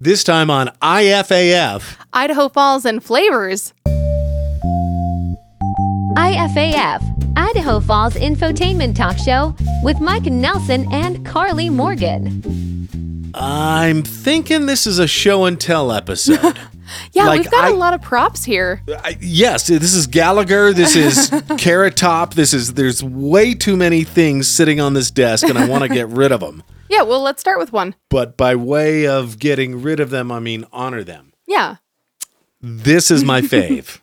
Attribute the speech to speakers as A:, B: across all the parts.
A: This time on IFAF.
B: Idaho Falls and Flavors.
C: IFAF, Idaho Falls Infotainment Talk Show with Mike Nelson and Carly Morgan.
A: I'm thinking this is a show and tell episode.
B: Yeah,
A: Like,
B: we've got a
A: I-
B: lot of props here.
A: I, yes, this is Gallagher. This is Carrot Top. This is, there's way too many things sitting on this desk, and I want to get rid of them.
B: Yeah, well, let's start with one.
A: But by way of getting rid of them, I mean honor them.
B: Yeah.
A: This is my fave.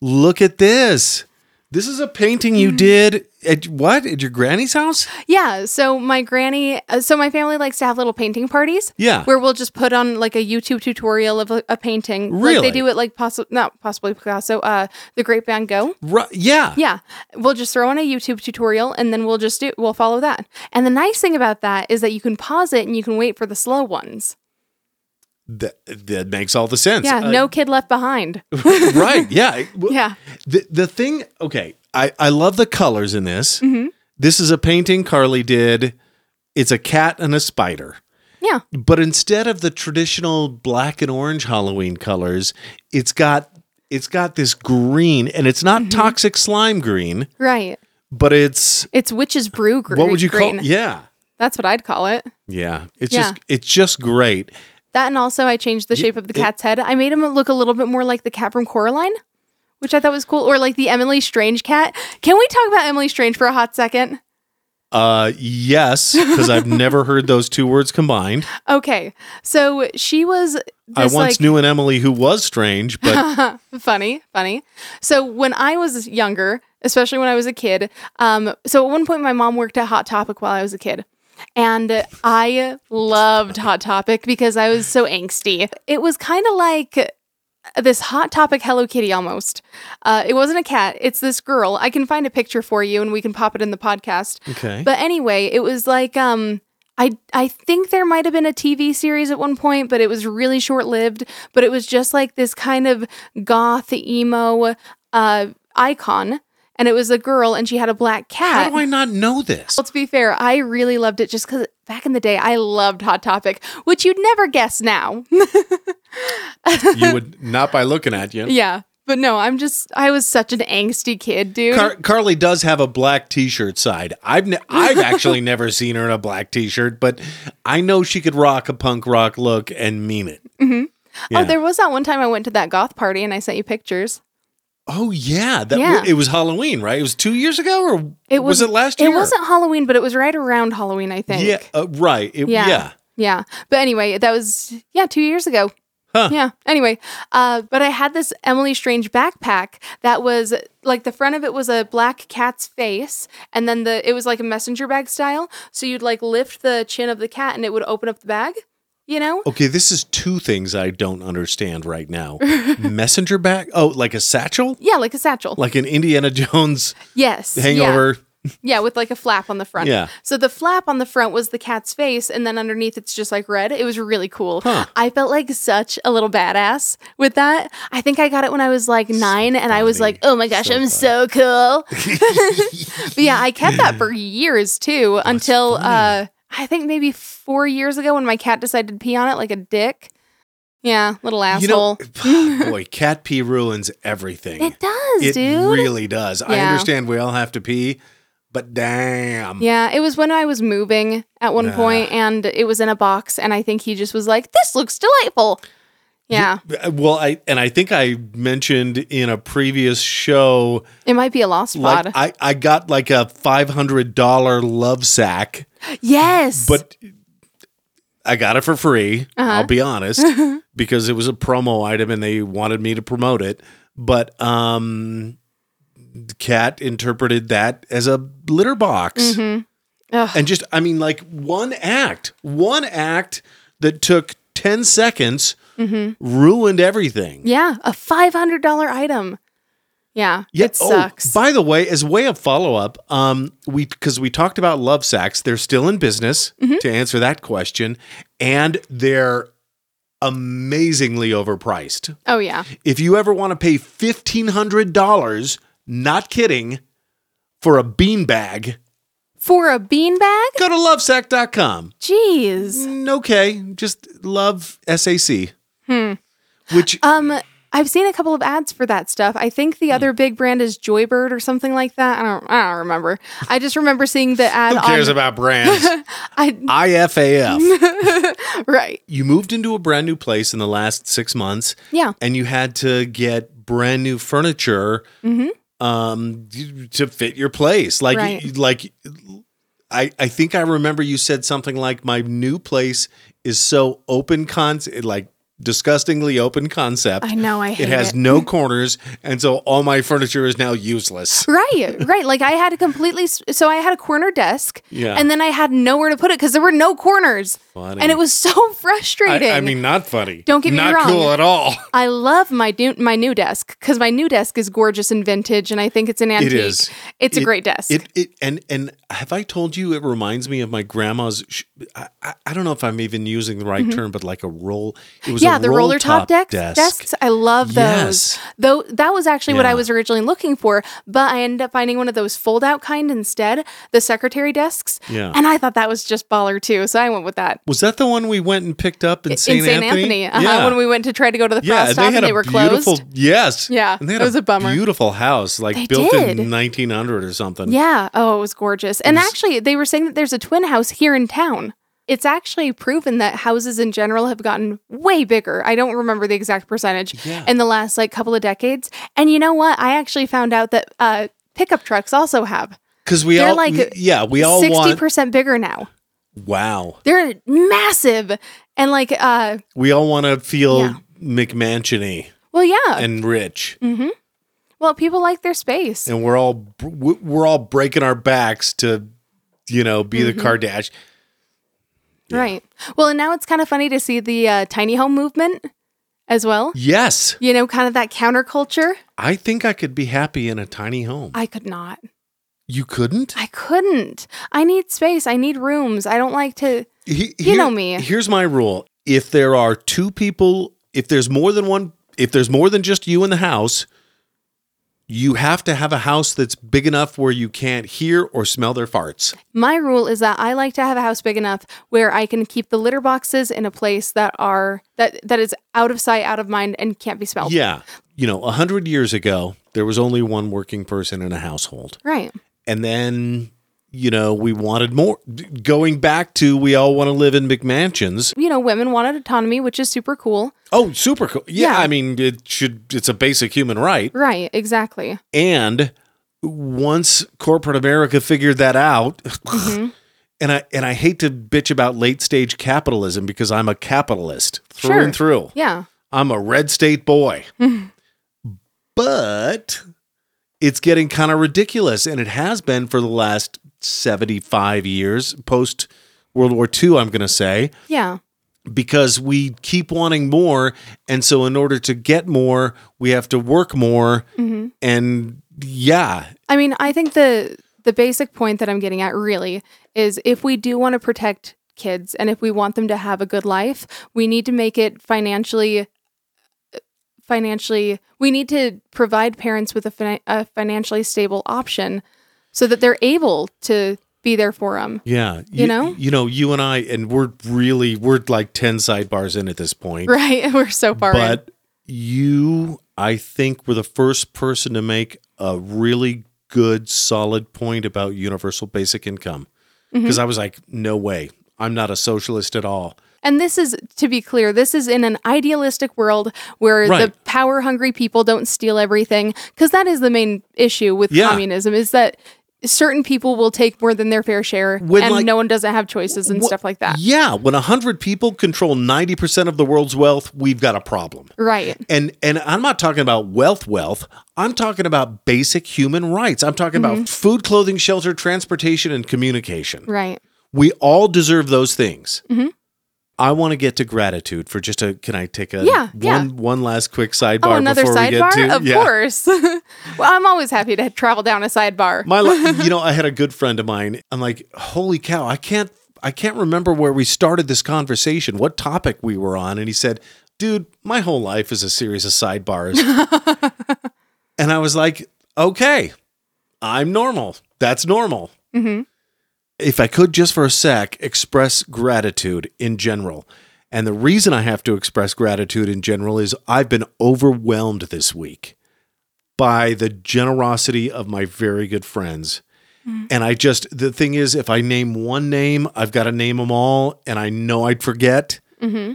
A: Look at this. This is a painting you did at what? At your granny's house?
B: Yeah, so my granny, uh, so my family likes to have little painting parties.
A: Yeah.
B: Where we'll just put on like a YouTube tutorial of a, a painting. Like
A: Really?
B: they do it like possible, not possibly Picasso, uh, the Great Van Gogh.
A: Ru- yeah.
B: Yeah. We'll just throw in a YouTube tutorial and then we'll just do, we'll follow that. And the nice thing about that is that you can pause it and you can wait for the slow ones.
A: That, that makes all the sense.
B: Yeah,
A: Uh,
B: no kid left behind.
A: right. Yeah. Well,
B: Yeah.
A: The the thing, okay, I I love the colors in this.
B: Mm-hmm.
A: This is a painting Carly did. It's a cat and a spider.
B: Yeah.
A: But instead of the traditional black and orange Halloween colors, it's got it's got this green and it's not
B: Mm-hmm.
A: toxic slime green,
B: Right.
A: but it's
B: It's witch's brew gr-
A: what would you call
B: green.
A: Yeah.
B: That's what I'd call it.
A: Yeah. It's
B: Yeah.
A: just it's just great.
B: That and also I changed the shape of the
A: it-
B: cat's head. I made him look a little bit more like the cat from Coraline, which I thought was cool, or like the Emily Strange cat. Can we talk about Emily Strange for a hot second?
A: Uh yes, because I've never heard those two words combined.
B: Okay, so she was. This,
A: I once
B: like,
A: knew an Emily who was strange, but
B: funny, funny. So when I was younger, especially when I was a kid, um, so at one point my mom worked at Hot Topic while I was a kid. And I loved Hot Topic because I was so angsty. It was kind of like this Hot Topic Hello Kitty almost. Uh, it wasn't a cat, it's this girl. I can find a picture for you and we can pop it in the podcast.
A: okay.
B: But anyway, it was like um I I think there might have been a TV series at one point, but it was really short-lived, but it was just like this kind of goth emo uh icon and it was a girl and she had a black cat.
A: How do I not know this?
B: Well, to be fair, I really loved it just because back in the day I loved Hot Topic, which you'd never guess now.
A: you would not by looking at you.
B: yeah. But no, I'm just I was such an angsty kid, dude.
A: Car- Carly does have a black T-shirt side. I've ne- I've actually never seen her in a black T-shirt, but I know she could rock a punk rock look and mean it.
B: Oh,
A: yeah.
B: there was that one time I went to that goth party and I sent you pictures.
A: Oh yeah, that
B: Yeah.
A: it was Halloween, right? It was two years ago, or
B: It
A: was,
B: was-
A: it last year?
B: It wasn't Halloween, but it was right around Halloween, I think.
A: Yeah, uh, right. It, yeah.
B: Yeah. Yeah. But anyway, that was yeah, two years ago.
A: Huh.
B: Yeah. Anyway, uh, but I had this Emily Strange backpack that was like the front of it was a black cat's face, and then the it was like a messenger bag style. So you'd like lift the chin of the cat, and it would open up the bag. You know?
A: Okay, this is two things I don't understand right now. Messenger bag? Oh, like a satchel?
B: Yeah, like a satchel.
A: Like an Indiana Jones
B: yes. yeah.
A: hangover?
B: Yeah, with like a flap on the front.
A: Yeah.
B: So the flap on the front was the cat's face, and then underneath it's just like red. It was really cool.
A: Huh.
B: I felt like such a little badass with that. I think I got it when I was like nine, and I was
A: funny.
B: like, oh my gosh, I'm so cool. but yeah, I kept that for years too until uh, I think maybe four years ago when my cat decided to pee on it like a dick. Yeah, little
A: You
B: asshole.
A: know, boy, cat pee ruins everything.
B: it does,
A: It
B: dude.
A: really does. I
B: Yeah.
A: understand we all have to pee, but damn.
B: Yeah, it was when I was moving at one
A: Ah.
B: point and it was in a box and I think he just was like, "This looks delightful." Yeah.
A: Uh, Well, I and I think I mentioned in a previous show
B: It might be a lost
A: like
B: pod.
A: I, I got like a five hundred dollar love sack,
B: yes. Uh-huh.
A: but I got it for free. I'll be honest, because it was a promo item and they wanted me to promote it. But um Cat interpreted that as a litter box.
B: Mm-hmm. Ugh.
A: and just i mean like one act one act that took 10 seconds
B: Mm-hmm.
A: ruined everything
B: yeah, a $500 item. Yeah,
A: Yeah,
B: it
A: oh,
B: sucks.
A: by the way as way of follow-up um we because we talked about love sacks they're still in business
B: Mm-hmm.
A: to answer that question and they're amazingly overpriced
B: oh yeah.
A: if you ever want to pay $1500 not kidding for a beanbag
B: for a beanbag?
A: Go to lovesack.com.
B: Jeez.
A: Mm, Okay, just love SAC. Hmm. Which
B: Um, I've seen a couple of ads for that stuff. I think the
A: Mm.
B: other big brand is Joybird or something like that. I don't. I don't remember. I just remember seeing the ad.
A: who cares
B: on,
A: about brands?
B: I,
A: IFAF.
B: right.
A: you moved into a brand new place in the last six months.
B: Yeah.
A: and you had to get brand new furniture um d- to fit your place like
B: Mm-hmm. Right.
A: like I, I think I remember you said something like my new place is so open con like disgustingly open concept.
B: I know. I hate
A: it has no corners and so all my furniture is now useless.
B: Right, right. Like I had a completely s- so I had a corner desk,
A: Yeah.
B: and then I had nowhere to put it because there were no corners,
A: Funny.
B: and it was so
A: I,
B: frustrating.
A: I mean not funny.
B: Don't get me
A: not
B: wrong.
A: cool at all.
B: I love my new my new desk because my new desk is gorgeous and vintage, and I think it's an antique.
A: is.
B: It's a
A: It-
B: great desk.
A: It, it and and have I told you it reminds me of my grandma's? sh- I, I- I don't know if I'm even using the right term, but like a roll. It was
B: Mm-hmm.
A: a
B: yeah, the
A: roll
B: roller top, deck
A: desk.
B: desks. I love those.
A: Yes.
B: Though that was actually what I
A: Yeah.
B: was originally looking for, but I ended up finding one of those fold out kind instead, the secretary desks.
A: Yeah.
B: And I thought that was just baller too, so I went with that.
A: Was that the one we went and picked up in St.
B: in St. Anthony, uh-huh, when we went to try to go to the
A: yeah,
B: frost top and they were
A: beautiful.
B: closed.
A: Yes.
B: Yeah,
A: and they had
B: that was a bummer.
A: Beautiful house, like
B: They
A: built
B: did.
A: in 1900 or something.
B: Yeah. Oh, it was gorgeous. And actually, they were saying that there's a twin house here in town. It's actually proven that houses in general have gotten way bigger. I don't remember the exact percentage
A: Yeah.
B: in the last like couple of decades. And you know what? I actually found out that uh, pickup trucks also have
A: because we
B: They're
A: all
B: like
A: yeah we all
B: sixty
A: want
B: percent bigger now.
A: wow
B: They're massive and like uh,
A: we all want to feel
B: Yeah.
A: McMansiony
B: well, yeah.
A: and rich.
B: well, people like their space.
A: and we're all we're all breaking our backs to you know be
B: Mm-hmm.
A: the kardashian
B: Right. Well, and now it's kind of funny to see the uh, tiny home movement as well.
A: yes
B: You know, kind of that counterculture.
A: i think i could be happy in a tiny home
B: I could not.
A: you couldn't
B: I couldn't. I need space. I need rooms. I don't like to.
A: He-
B: You know me.
A: here's my rule if there are two people if there's more than one if there's more than just you in the house you have to have a house that's big enough where you can't hear or smell their farts
B: My rule is that I like to have a house big enough where I can keep the litter boxes in a place that are that that is out of sight, out of mind, and can't be smelled.
A: yeah you know a hundred years ago there was only one working person in a household
B: Right.
A: and then you know we wanted more going back to we all want to live in mcmansions
B: You know, women wanted autonomy, which is super cool.
A: oh super cool yeah,
B: Yeah.
A: i mean it should it's a basic human right
B: Right. Exactly.
A: and once corporate america figured that out
B: Mm-hmm.
A: and i and i hate to bitch about late stage capitalism because i'm a capitalist through
B: Sure.
A: and through
B: Yeah.
A: i'm a red state boy but it's getting kind of ridiculous and it has been for the last 75 years post world war ii i'm going to say
B: Yeah.
A: because we keep wanting more and so in order to get more we have to work more
B: Mm-hmm.
A: and yeah
B: I mean, I think the the basic point that I'm getting at really is if we do want to protect kids and if we want them to have a good life, we need to make it financially uh, financially we need to provide parents with a, fin- a financially stable option so that they're able to be there for them.
A: yeah
B: You know?
A: you know you and i and we're really we're like 10 sidebars in at this point
B: Right? We're so far in.
A: but you i think were the first person to make a really good solid point about universal basic income
B: Mm-hmm.
A: because i was like no way i'm not a socialist at all
B: And this is, to be clear, this is in an idealistic world where the
A: Right.
B: power hungry people don't steal everything. Because that is the main issue with
A: Yeah.
B: communism is that certain people will take more than their fair share
A: When,
B: and
A: like-
B: no one doesn't have choices and
A: Wh-
B: stuff like that.
A: yeah when 100 people control 90% of the world's wealth we've got a problem
B: Right.
A: and and I'm not talking about wealth wealth. I'm talking about basic human rights. I'm talking
B: Mm-hmm.
A: about food, clothing, shelter, transportation and communication.
B: Right.
A: We all deserve those things.
B: Mm-hmm.
A: I want to get to gratitude for just a can I take a
B: Yeah,
A: one
B: yeah.
A: one last quick sidebar
B: Oh, another
A: before we get
B: sidebar?
A: to
B: Of course. well, I'm always happy to travel down a sidebar.
A: My li- you know, I had a good friend of mine. I'm like, "Holy cow, I can't I can't remember where we started this conversation, what topic we were on." And he said, "Dude, my whole life is a series of sidebars." and I was like, "Okay. I'm normal. That's normal." if I could just for a sec express gratitude in general. And the reason I have to express gratitude in general is I've been overwhelmed this week by the generosity of my very good friends.
B: Mm.
A: And I just, the thing is, if I name one name, I've got to name them all, and I know I'd forget.
B: Mm-hmm.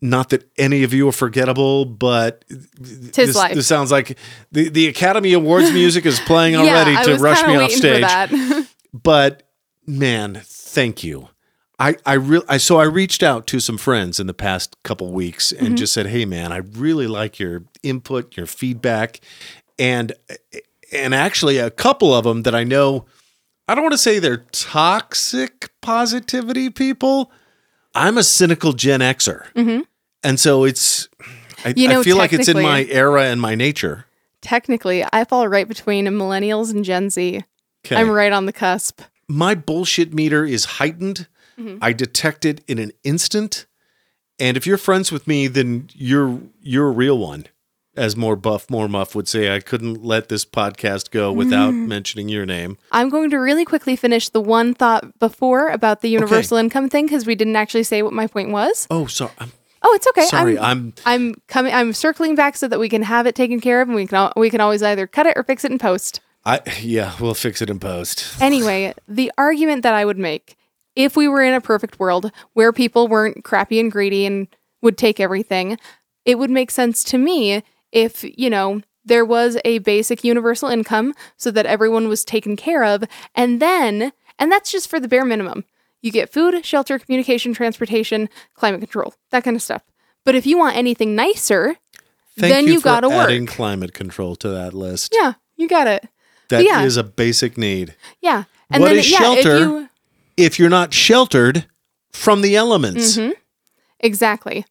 A: Not that any of you are forgettable, but
B: Tis
A: this,
B: life.
A: this sounds like the, the Academy Awards music is playing already
B: I
A: to
B: was
A: rush
B: kinda
A: me off
B: waiting
A: stage
B: For that.
A: but man, thank you. I I real I so I reached out to some friends in the past couple weeks
B: Mm-hmm.
A: and just said, "Hey man, I really like your input, your feedback." And and actually a couple of them that I know I don't want to say they're toxic positivity people. I'm a cynical Gen Xer. And so it's I,
B: Mm-hmm. You know,
A: I feel like it's in my
B: technically-
A: era and my nature.
B: Technically, I fall right between millennials and Gen Z.
A: Okay.
B: am right on the cusp.
A: my bullshit meter is heightened.
B: Mm-hmm.
A: I detect it in an instant. And if you're friends with me, then you're you're a real one. As more buff, more muff would say, I couldn't let this podcast go without
B: Mm-hmm.
A: mentioning your name.
B: I'm going to really quickly finish the one thought before about the universal income thing because we didn't actually say what my point was.
A: Oh, sorry. I'm
B: Oh, it's okay.
A: sorry.
B: I'm,
A: I'm,
B: I'm coming. I'm circling back so that we can have it taken care of, and we can al- we can always either cut it or fix it in post.
A: I yeah, we'll fix it in post.
B: Anyway, the argument that I would make if we were in a perfect world where people weren't crappy and greedy and would take everything, it would make sense to me if, you know, there was a basic universal income so that everyone was taken care of. And then, and that's just for the bare minimum. You get food, shelter, communication, transportation, climate control, that kind of stuff. But if you want anything nicer,
A: Thank
B: Then
A: you,
B: you
A: for
B: gotta work.
A: adding climate control to that list.
B: yeah, you got it.
A: That is
B: yeah.
A: a basic need.
B: Yeah. And
A: What
B: then,
A: is
B: yeah,
A: shelter?
B: if you
A: If you're not sheltered from the elements,
B: Mm-hmm. Exactly.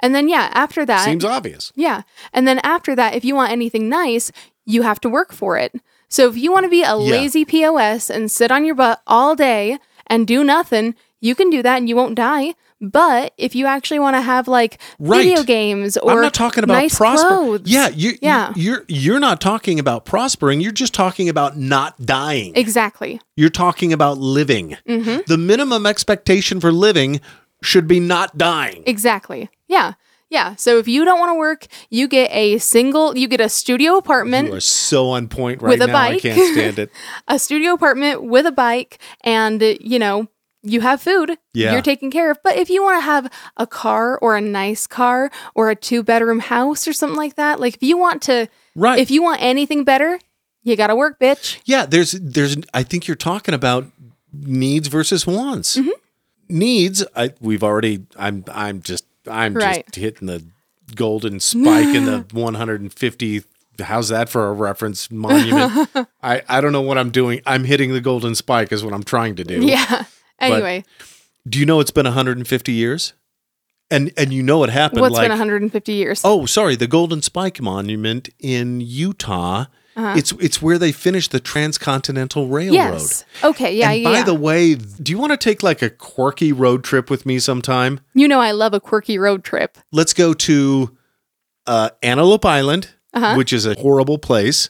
B: And then, yeah, after that,
A: seems obvious.
B: yeah. And then after that, if you want anything nice, you have to work for it. So if you want to be a lazy POS and sit on your butt all day and do nothing, you can do that and you won't die. But if you actually want to have like
A: Right.
B: video games or
A: I'm not talking about
B: nice
A: prospering.
B: clothes,
A: Yeah, you,
B: Yeah.
A: you are you're not talking about prospering. You're just talking about not dying.
B: exactly.
A: You're talking about living.
B: Mm-hmm.
A: The minimum expectation for living should be not dying.
B: Exactly. Yeah. Yeah. So if you don't want to work, you get a single, you get a studio apartment.
A: You are so on point right
B: With
A: now.
B: a
A: I
B: bike.
A: can't stand it.
B: a studio apartment with a bike and uh, you know you have food
A: Yeah.
B: you're taken care of but if you want to have a car or a nice car or a two bedroom house or something like that like if you want to
A: Right.
B: if you want anything better you gotta work bitch
A: Yeah, there's there's I think you're talking about needs versus wants.
B: Mm-hmm.
A: Needs, I we've already I'm I'm just I'm
B: Right.
A: just hitting the golden spike in the 150 how's that for a reference monument? I I don't know what I'm doing. I'm hitting the golden spike is what I'm trying to do.
B: yeah anyway
A: Do you know it's been 150 years? And and you know it happened
B: what's
A: like
B: been 150 years
A: Oh, sorry, the Golden Spike Monument in Utah.
B: Uh-huh.
A: It's it's where they finished the Transcontinental Railroad.
B: yes okay yeah
A: And
B: yeah
A: by
B: yeah.
A: the way, do you want to take like a quirky road trip with me sometime?
B: you know i love a quirky road trip
A: Let's go to uh, Antelope Island,
B: Uh-huh.
A: which is a horrible place,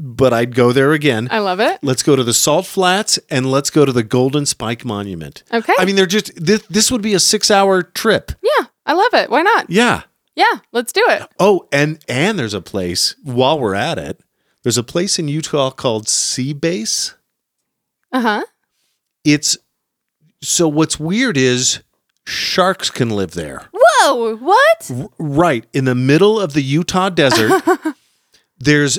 A: but I'd go there again.
B: i love it
A: let's go to the Salt Flats and let's go to the Golden Spike Monument.
B: Okay.
A: I mean, they're just this. This would be a six-hour trip.
B: yeah i love it why not
A: Yeah.
B: yeah let's do it
A: Oh, and and there's a place while we're at it. There's a place in Utah called Sea Base.
B: uh-huh
A: It's so what's weird is sharks can live there.
B: whoa what
A: R- Right in the middle of the Utah desert. there's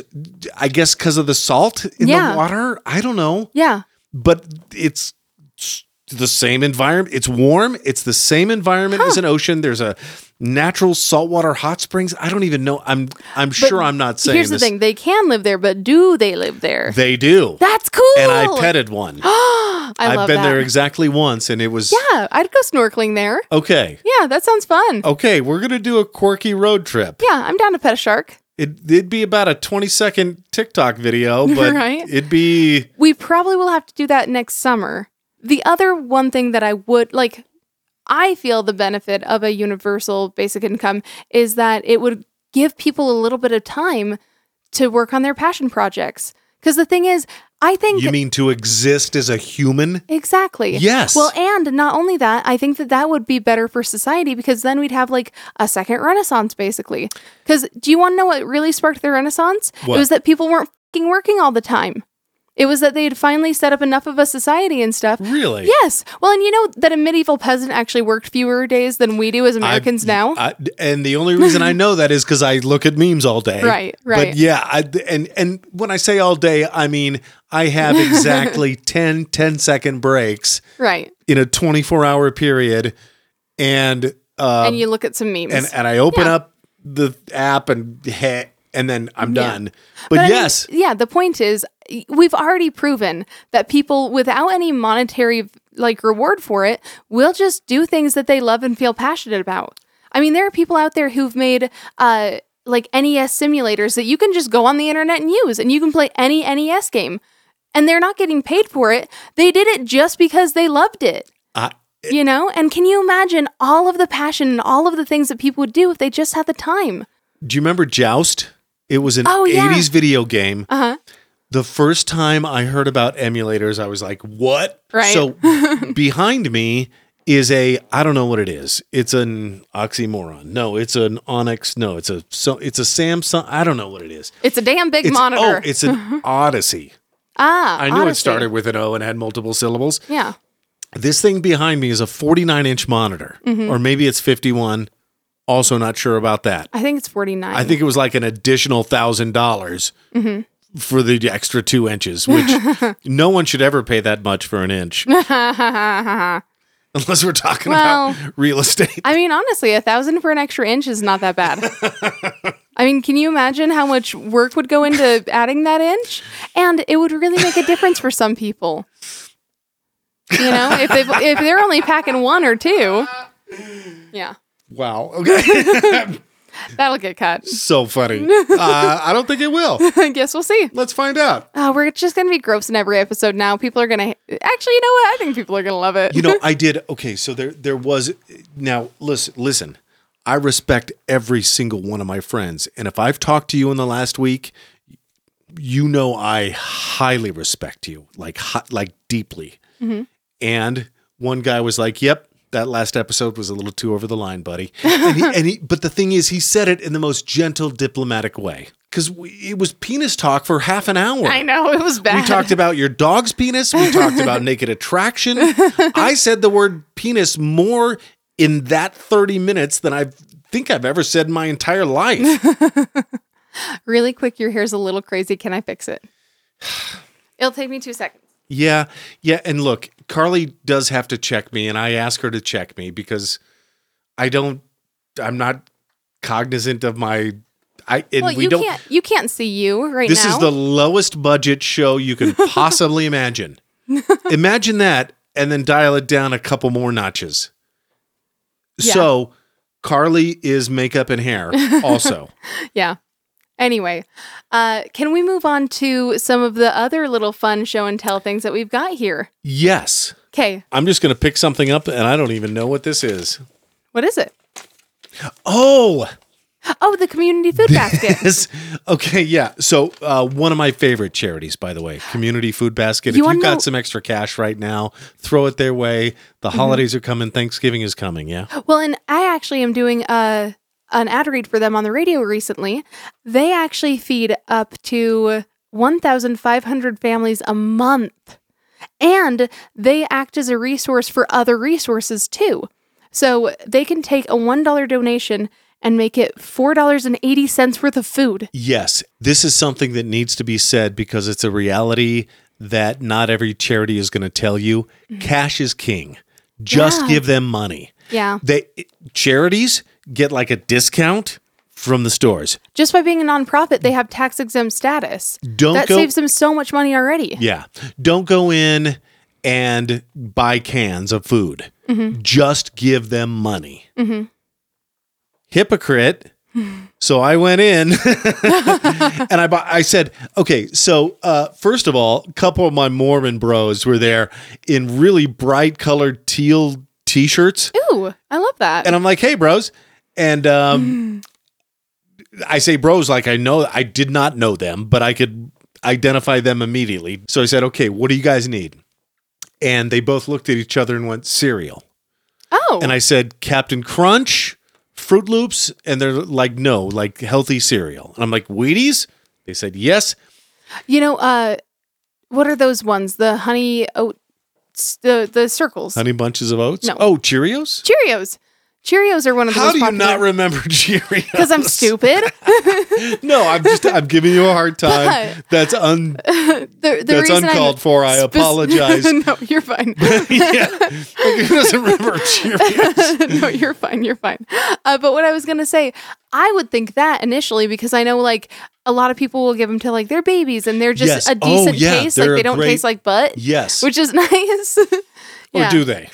A: I guess cuz of the salt in
B: Yeah.
A: the water, I don't know,
B: yeah
A: but it's s- the same environment. It's warm. It's the same environment as an ocean. There's a natural saltwater hot springs. I don't even know. I'm I'm sure I'm not saying
B: here's
A: this.
B: the thing they can live there but do they live there
A: They do.
B: that's cool
A: and I petted one.
B: I
A: I've
B: love
A: been
B: that.
A: there exactly once and it was
B: yeah i'd go snorkeling there
A: okay.
B: yeah that sounds fun
A: Okay, we're going to do a quirky road trip.
B: yeah i'm down to pet a shark
A: It, it'd be about a 20 second TikTok video, but
B: Right.
A: it'd be
B: we probably will have to do that next summer the other one thing that i would like i feel the benefit of a universal basic income is that it would give people a little bit of time to work on their passion projects Because the thing is, I think
A: You mean to exist as a human?
B: Exactly.
A: Yes.
B: Well, and not only that, I think that that would be better for society because then we'd have like a second renaissance, basically. Because do you want to know what really sparked the renaissance?
A: What?
B: It was that people weren't fucking working all the time. It was that they had finally set up enough of a society and stuff.
A: Really?
B: Yes. Well, and you know that a medieval peasant actually worked fewer days than we do as
A: I-
B: Americans now.
A: I, and the only reason I know that is because I look at memes all day.
B: Right,
A: But
B: right.
A: yeah, I, and and when I say all day, I mean I have exactly 10 10 second breaks
B: right.
A: in a 24 hour period, and uh,
B: and you look at some memes.
A: and and I open
B: Yeah.
A: up the app and heh, and then I'm done. But,
B: I mean,
A: yes,
B: yeah, the point is y- we've already proven that people without any monetary like reward for it will just do things that they love and feel passionate about. I mean, there are people out there who've made uh like NES simulators that you can just go on the internet and use and you can play any NES game and they're not getting paid for it. They did it just because they loved it.
A: I,
B: You know? And can you imagine all of the passion and all of the things that people would do if they just had the time?
A: do you remember Joust? It was an
B: Oh, yeah.
A: 80s video game.
B: Uh-huh.
A: the first time I heard about emulators, I was like, what?
B: Right.
A: So behind me is a I don't know what it is. It's an oxymoron. No, it's an Onyx. No, it's a so it's a Samsung. I don't know what it is.
B: It's a damn big
A: It's
B: monitor.
A: oh, it's an Odyssey.
B: ah,
A: I knew it
B: honestly.
A: started with an O and had multiple syllables.
B: Yeah.
A: This thing behind me is a 49 inch monitor,
B: Mm-hmm.
A: or maybe it's 51. Also, not sure about that.
B: I think it's 49.
A: I think it was like an additional thousand dollars for the extra two inches, which no one should ever pay that much for an inch, unless we're talking
B: Well-
A: about real estate.
B: I mean, honestly, a thousand for an extra inch is not that bad. I mean, can you imagine how much work would go into adding that inch? And it would really make a difference for some people. You know, if they if they're only packing one or two, yeah,
A: Wow. Okay.
B: that'll get cut.
A: so funny. Uh, I don't think it will.
B: I guess we'll see.
A: Let's find out.
B: Uh, we're just gonna be gross in every episode now. People are gonna actually, you know what? I think people are gonna love it.
A: You know, I did. Okay, so there there was. Now listen, listen. I respect every single one of my friends, and if I've talked to you in the last week, you know I highly respect you, like hot, like deeply. And one guy was like, "Yep." That last episode was a little too over the line, buddy. And he, and he, but the thing is, he said it in the most gentle, diplomatic way because it was penis talk for half an hour.
B: I know it was bad.
A: We talked about your dog's penis. We talked about naked attraction. I said the word penis more in that 30 minutes than I think I've ever said in my entire life.
B: really quick. Your hair's a little crazy. Can I fix it? It'll take me two seconds.
A: yeah. Yeah. And look, Carly does have to check me, and I ask her to check me because I don't, I'm not cognizant of my. I, and
B: Well,
A: we
B: you
A: don't.
B: can't you can't see you right
A: This
B: now.
A: is the lowest budget show you can possibly imagine. imagine that and then dial it down a couple more notches.
B: Yeah.
A: So, Carly is makeup and hair also.
B: yeah. Anyway, uh, can we move on to some of the other little fun show and tell things that we've got here?
A: yes.
B: Okay,
A: I'm just going to pick something up and I don't even know what this is.
B: what is it?
A: Oh,
B: Oh, the community food basket.
A: this. Okay, yeah. So, uh, one of my favorite charities, by the way, Community Food Basket.
B: You
A: if
B: wanna
A: you've got
B: know-
A: some extra cash right now, throw it their way. The
B: Mm-hmm.
A: holidays are coming. Thanksgiving is coming. Yeah.
B: Well, and I actually am doing uh an ad read for them on the radio recently. They actually feed up to 1,500 families a month, and they act as a resource for other resources too. So they can take a $1 donation and make it $4.80 worth of food.
A: Yes, this is something that needs to be said because it's a reality that not every charity is going to tell you. Cash is king. Just
B: Mm-hmm. Yeah.
A: give them money.
B: Yeah.
A: They charities get like a discount from the stores.
B: Just by being a nonprofit, they have tax exempt status.
A: Don't
B: that
A: go-
B: saves them so much money already.
A: Yeah. Don't go in and buy cans of food. Just give them money. Hypocrite. So I went in and I bought, I said, okay, so uh, first of all, a couple of my Mormon bros were there in really bright colored teal t shirts.
B: Ooh, I love that.
A: And I'm like, hey, bros. And um, I say bros like I know, I did not know them, but I could, identify them immediately. So I said, okay, what do you guys need? And they both looked at each other and went, cereal.
B: Oh,
A: And I said, Captain Crunch, Fruit Loops. And they're like, no, like healthy cereal. And I'm like, Wheaties? They said, yes.
B: you know, uh, what are those ones? The honey oat, the the circles.
A: Honey Bunches of Oats?
B: No.
A: Oh, Cheerios?
B: Cheerios. Cheerios are one of the
A: How
B: most
A: do you not
B: popular-
A: remember Cheerios?
B: Because I'm stupid.
A: No, I'm just I'm giving you a hard time. That's un
B: The, the
A: that's
B: reason I'm
A: uncalled for. I
B: spec-
A: apologize.
B: no, you're fine.
A: yeah. Like, who doesn't remember Cheerios?
B: no, you're fine. You're fine. Uh, but what I was gonna say, I would think that initially because I know like a lot of people will give them to like their babies and they're just
A: Yes.
B: a
A: Oh,
B: decent
A: yeah,
B: taste. Like
A: they're
B: they
A: a
B: don't
A: great-
B: taste like butt,
A: Yes.
B: which is nice.
A: Or
B: yeah.
A: do they?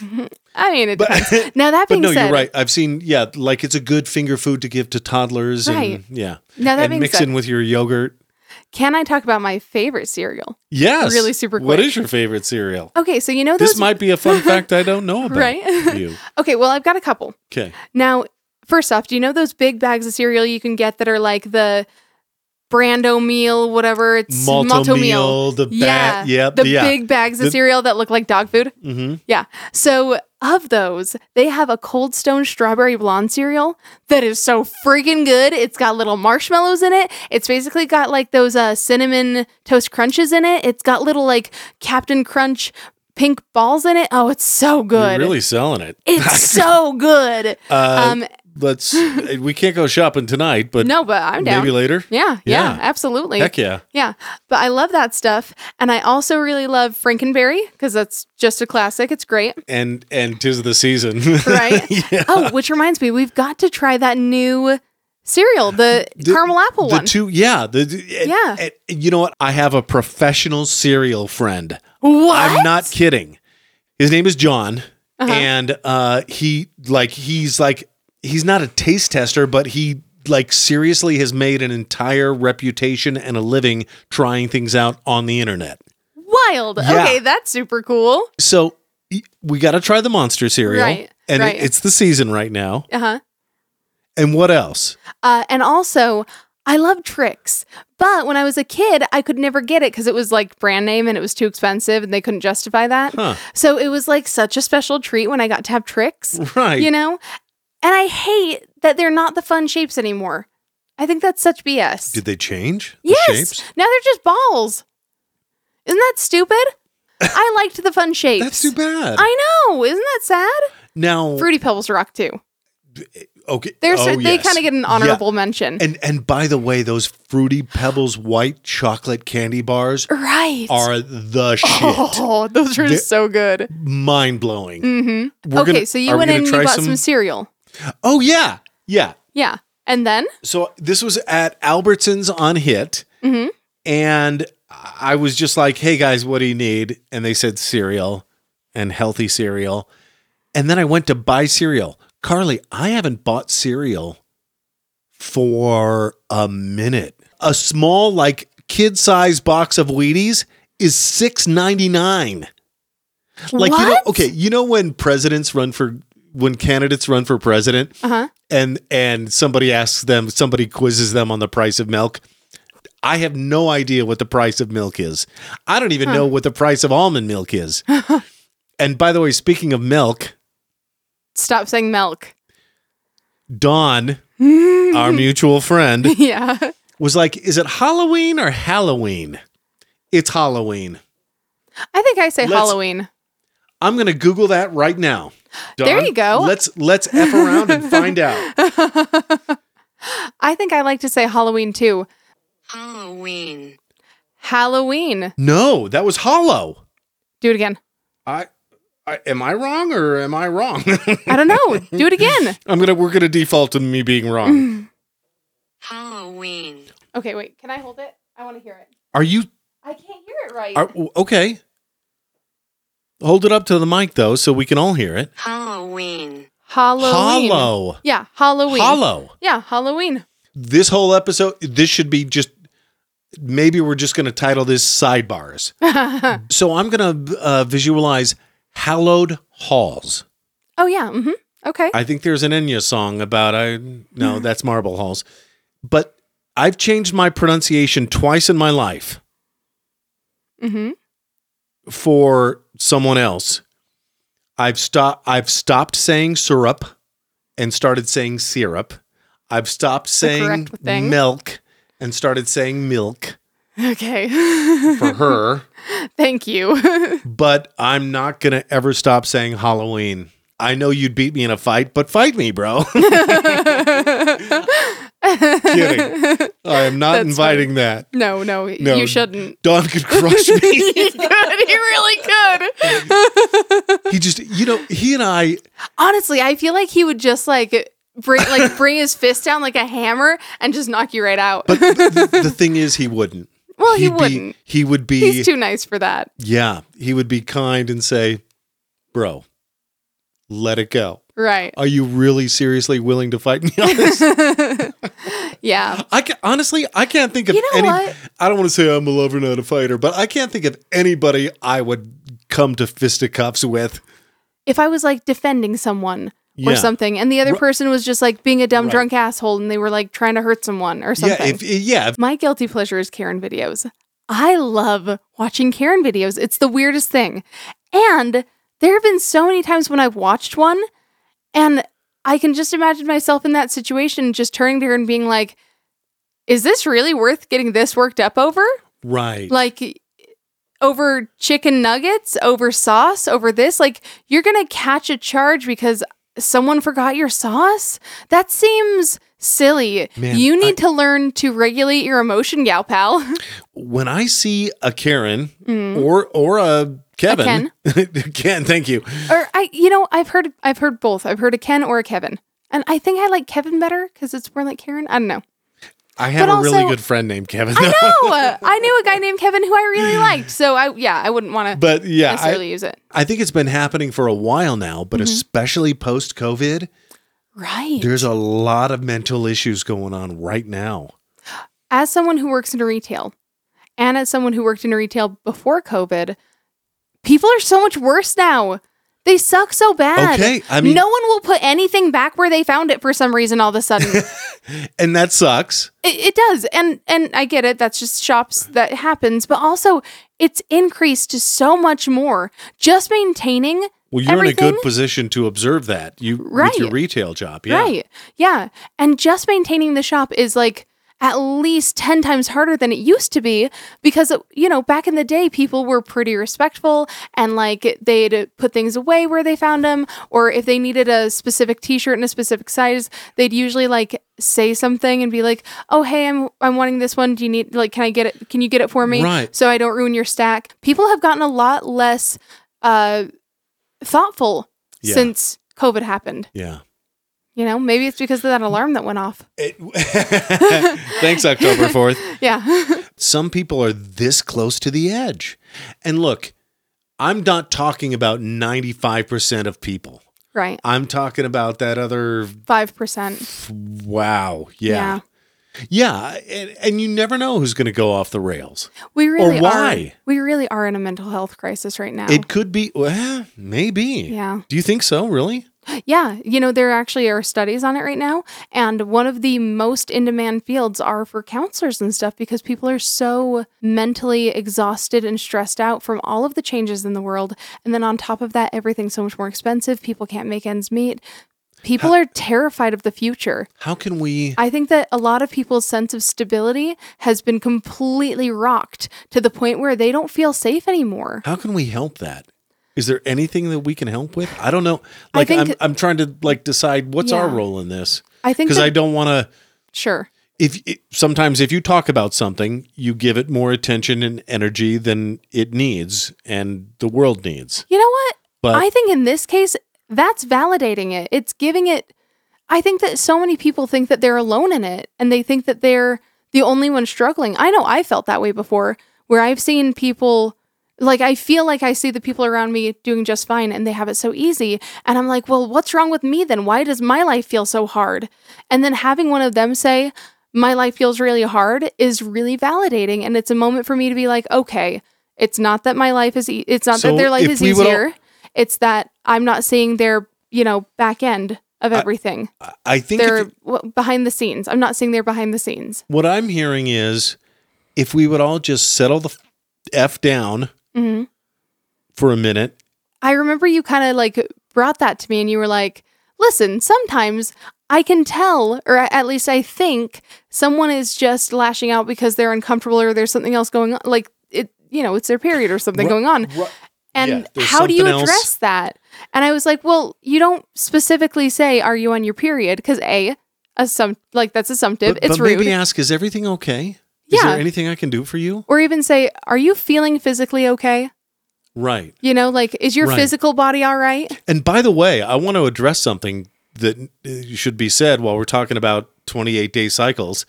B: I mean, it
A: But-
B: depends. Now that
A: But
B: being
A: no,
B: said, uh,
A: you're right. I've seen, yeah, like it's a good finger food to give to toddlers.
B: Right.
A: And, yeah.
B: Now that
A: and
B: being
A: mix
B: said-
A: in with your yogurt.
B: can I talk about my favorite cereal?
A: Yes.
B: Really super
A: What
B: quick.
A: is your favorite cereal?
B: Okay, so you know those.
A: This might be a fun fact I don't know about.
B: Right.
A: You.
B: okay, well I've got a couple.
A: Okay.
B: Now, first off, do you know those big bags of cereal you can get that are like the Brando meal, whatever? It's
A: Malto, meal, the bat.
B: Yeah.
A: Yep.
B: The
A: yeah.
B: big bags of
A: The-
B: cereal that look like dog food.
A: mm-hmm.
B: Yeah. So, of those, they have a Cold Stone strawberry blonde cereal that is so freaking good. It's got little marshmallows in it. It's basically got like those uh, cinnamon toast crunches in it. It's got little like Captain Crunch pink balls in it. Oh, it's so good.
A: You're really selling it.
B: It's so good.
A: Uh,
B: um,
A: Let's. eh, We can't go shopping tonight, but
B: no, but I'm down.
A: maybe later.
B: yeah, yeah,
A: Yeah.
B: absolutely.
A: Heck yeah.
B: Yeah, but I love that stuff, and I also really love Frankenberry because that's just a classic. It's great,
A: And and tis the season.
B: right?
A: yeah.
B: Oh, which reminds me, we've got to try that new cereal, the, caramel apple
A: The
B: one.
A: two, yeah, the the- and-
B: Yeah.
A: and- and you know what? I have a professional cereal friend.
B: what? Uh-huh.
A: I'm not kidding. His name is John, and uh, he like he's like he's not a taste tester, but he like seriously has made an entire reputation and a living trying things out on the internet.
B: Wild.
A: Yeah.
B: Okay, that's super cool.
A: So y- we got to try the monster cereal,
B: Right,
A: and it-
B: right.
A: it's the season right now.
B: Uh-huh.
A: And what else?
B: Uh And also, I love tricks. But when I was a kid, I could never get it because it was like brand name and it was too expensive, and they couldn't justify that.
A: Huh.
B: So it was like such a special treat when I got to have tricks.
A: Right.
B: you know? And I hate that they're not the fun shapes anymore. I think that's such BS.
A: Did they change the
B: yes.
A: shapes?
B: Now they're just balls. Isn't that stupid? I liked the fun shapes.
A: That's too bad.
B: I know. Isn't that sad?
A: now,
B: Fruity Pebbles rock too.
A: okay,
B: They're so,
A: oh,
B: they
A: yes.
B: kind of get an
A: Yeah.
B: honorable mention.
A: And and by the way, those fruity pebbles white chocolate candy bars
B: right.
A: are the shit.
B: oh, those are
A: They're-
B: so good.
A: Mind blowing.
B: Mm-hmm.
A: We're
B: Okay,
A: gonna-
B: so
A: are
B: you
A: we
B: went
A: gonna
B: in and you
A: try
B: bought
A: some-
B: some cereal.
A: Oh yeah, yeah.
B: Yeah. And then?
A: So this was at Albertsons on Hit,
B: Mhm.
A: and I was just like, "Hey guys, what do you need?" And they said cereal and healthy cereal, and then I went to buy cereal. Carly, I haven't bought cereal for a minute. A small, like kid size box of Wheaties is six ninety nine. Like you know,
B: What?
A: okay, you know when presidents run for when candidates run for president,
B: Uh-huh.
A: and and somebody asks them somebody quizzes them on the price of milk i have no idea what the price of milk is i don't even know what the price of almond milk is and by the way speaking of milk
B: Stop saying milk.
A: dawn our mutual friend
B: yeah.
A: was like is it halloween or halloween it's halloween
B: I think I say
A: Let's-
B: Halloween.
A: i'm gonna google that right now
B: There
A: Dawn,
B: you go.
A: let's let's f around and find out
B: I think I like to say Halloween too.
D: Halloween.
B: Halloween.
A: no that was hollow
B: Do it again.
A: i, I am i wrong or am i wrong
B: I don't know. Do it again.
A: I'm gonna we're gonna default to me being wrong.
D: Halloween.
B: Okay, wait. Can I hold it? I want to hear it.
A: Are you
B: I can't hear it right.
A: are okay? Hold it up to the mic though, so we can all hear it.
D: Halloween.
B: Halloween.
A: Hollow,
B: Yeah, Halloween.
A: hollow.
B: Yeah, Halloween.
A: This whole episode, this should be just. Maybe we're just gonna title this sidebars. so I'm gonna uh, visualize hallowed halls.
B: Oh yeah. hmm Okay.
A: I think there's an Enya song about I no, that's Marble Halls. But I've changed my pronunciation twice in my life.
B: Mm-hmm.
A: for someone else. I've stopped I've stopped saying syrup and started saying syrup. I've stopped saying
B: correct thing.
A: milk and started saying milk
B: Okay.
A: for her,
B: Thank you.
A: but I'm not going to ever stop saying Halloween. I know you'd beat me in a fight, but fight me, bro. Kidding. I am not
B: That's
A: inviting that.
B: no, no,
A: No.
B: you shouldn't.
A: Don could crush me.
B: He could. He really could.
A: he just, you know, he and I
B: Honestly, I feel like he would just like bring like bring his fist down like a hammer and just knock you right out.
A: But the, the thing is, he wouldn't.
B: Well, he
A: He'd be-
B: wouldn't.
A: he would be.
B: He's too nice for that.
A: yeah, he would be kind and say, "Bro, let it go.
B: Right.
A: Are you really seriously willing to fight me on this?"
B: Yeah.
A: I ca honestly, I can't think of
B: You know
A: any.
B: what?
A: I don't want to say I'm a lover, not a fighter, but I can't think of anybody I would come to fisticuffs with.
B: If I was like defending someone
A: Yeah.
B: or something and the other
A: Ri-
B: person was just like being a dumb
A: Right.
B: drunk asshole and they were like trying to hurt someone or something.
A: Yeah, if, yeah, if-
B: My guilty pleasure is Karen videos. I love watching Karen videos. It's the weirdest thing. And there have been so many times when I've watched one and I can just imagine myself in that situation just turning to her and being like, is this really worth getting this worked up over?
A: right.
B: Like over chicken nuggets, over sauce, over this? Like you're going to catch a charge because someone forgot your sauce? That seems silly.
A: Man,
B: you need to learn to regulate your emotion, gal pal.
A: when I see a Karen
B: Mm.
A: or or a Kevin, Ken, thank you.
B: or I you know, I've heard I've heard both. I've heard a Ken or a Kevin. And I think I like Kevin better cuz it's more like Karen. I don't know.
A: I have
B: But
A: a really
B: also-
A: good friend named Kevin.
B: I know. uh, I knew a guy named Kevin who I really liked. So I yeah, I wouldn't want to
A: But yeah,
B: necessarily
A: I,
B: use it.
A: I think it's been happening for a while now,
B: Mm-hmm.
A: but especially post COVID,
B: Right.
A: there's a lot of mental issues going on right now.
B: as someone who works in retail and as someone who worked in retail before COVID, people are so much worse now. They suck so bad.
A: Okay, I mean-
B: no one will put anything back where they found it for some reason all of a sudden. it,
A: And that sucks.
B: it does. And and I get it. That's just shops that happens, but also it's increased to so much more. Just maintaining
A: Well, you're in a
B: everything
A: good position to observe that. You
B: Right.
A: with your retail job. Yeah.
B: Right. Yeah. And just maintaining the shop is like at least 10 times harder than it used to be because, you know, back in the day, people were pretty respectful and like they'd put things away where they found them. Or if they needed a specific t shirt in a specific size, they'd usually like say something and be like, oh, hey, I'm, I'm wanting this one. Do you need, like, can I get it? Can you get it for me?
A: Right.
B: So I don't ruin your stack. People have gotten a lot less uh, thoughtful
A: Yeah.
B: since COVID happened.
A: Yeah.
B: You know, maybe it's because of that alarm that went off.
A: It- Thanks, October 4th.
B: Yeah.
A: some people are this close to the edge. And look, I'm not talking about 95% of people.
B: right.
A: I'm talking about that other
B: 5%.
A: wow. Yeah. Yeah, and, and you never know who's going to go off the rails.
B: We really
A: why?
B: are. We really are in a mental health crisis right now.
A: It could be well, maybe.
B: Oh. Yeah.
A: Do you think so, really?
B: yeah. You know, there actually are studies on it right now. And one of the most in demand fields are for counselors and stuff because people are so mentally exhausted and stressed out from all of the changes in the world. And then on top of that, everything's so much more expensive. People can't make ends meet. People are terrified of the future.
A: How can we
B: I think that a lot of people's sense of stability has been completely rocked to the point where they don't feel safe anymore.
A: how can we help that? Is there anything that we can help with? I don't know. Like
B: think-
A: I'm I'm trying to like decide what's our
B: Yeah.
A: role in this
B: I think
A: because
B: that,
A: I don't want to
B: sure.
A: if it, sometimes if you talk about something, you give it more attention and energy than it needs and the world needs.
B: You know what?
A: But
B: I think in this case, that's validating it. It's giving it. I think that so many people think that they're alone in it and they think that they're the only one struggling. I know I felt that way before, where I've seen people, like, I feel like I see the people around me doing just fine and they have it so easy. And I'm like, well, what's wrong with me then? Why does my life feel so hard? And then having one of them say, my life feels really hard is really validating. And it's a moment for me to be like, okay, it's not that my life is, e- it's not
A: So
B: that their life
A: if
B: is
A: we would all-
B: easier. It's that I'm not seeing their, you know, back end of everything.
A: I, I think if-
B: They're w- behind the scenes. I'm not seeing their behind the scenes.
A: what I'm hearing is if we would all just settle the f- f down
B: hmm
A: for a minute.
B: I remember you kind of like brought that to me and you were like, listen, sometimes I can tell, or at least I think someone is just lashing out because they're uncomfortable or there's something else going on. Like it, you know, it's their period or something
A: Ru-
B: going on.
A: ru- Yeah,
B: And
A: there's
B: how do you
A: something else.
B: address that? And I was like, well, you don't specifically say, are you on your period? Because A, assumpt- like that's assumptive.
A: But,
B: it's
A: but
B: rude.
A: maybe ask, is everything okay? Is
B: Yeah.
A: there anything I can do for you?
B: or even say, are you feeling physically okay?
A: Right.
B: You know, like, is your
A: Right.
B: physical body all right?
A: And by the way, I want to address something that uh, should be said while we're talking about 28 day cycles.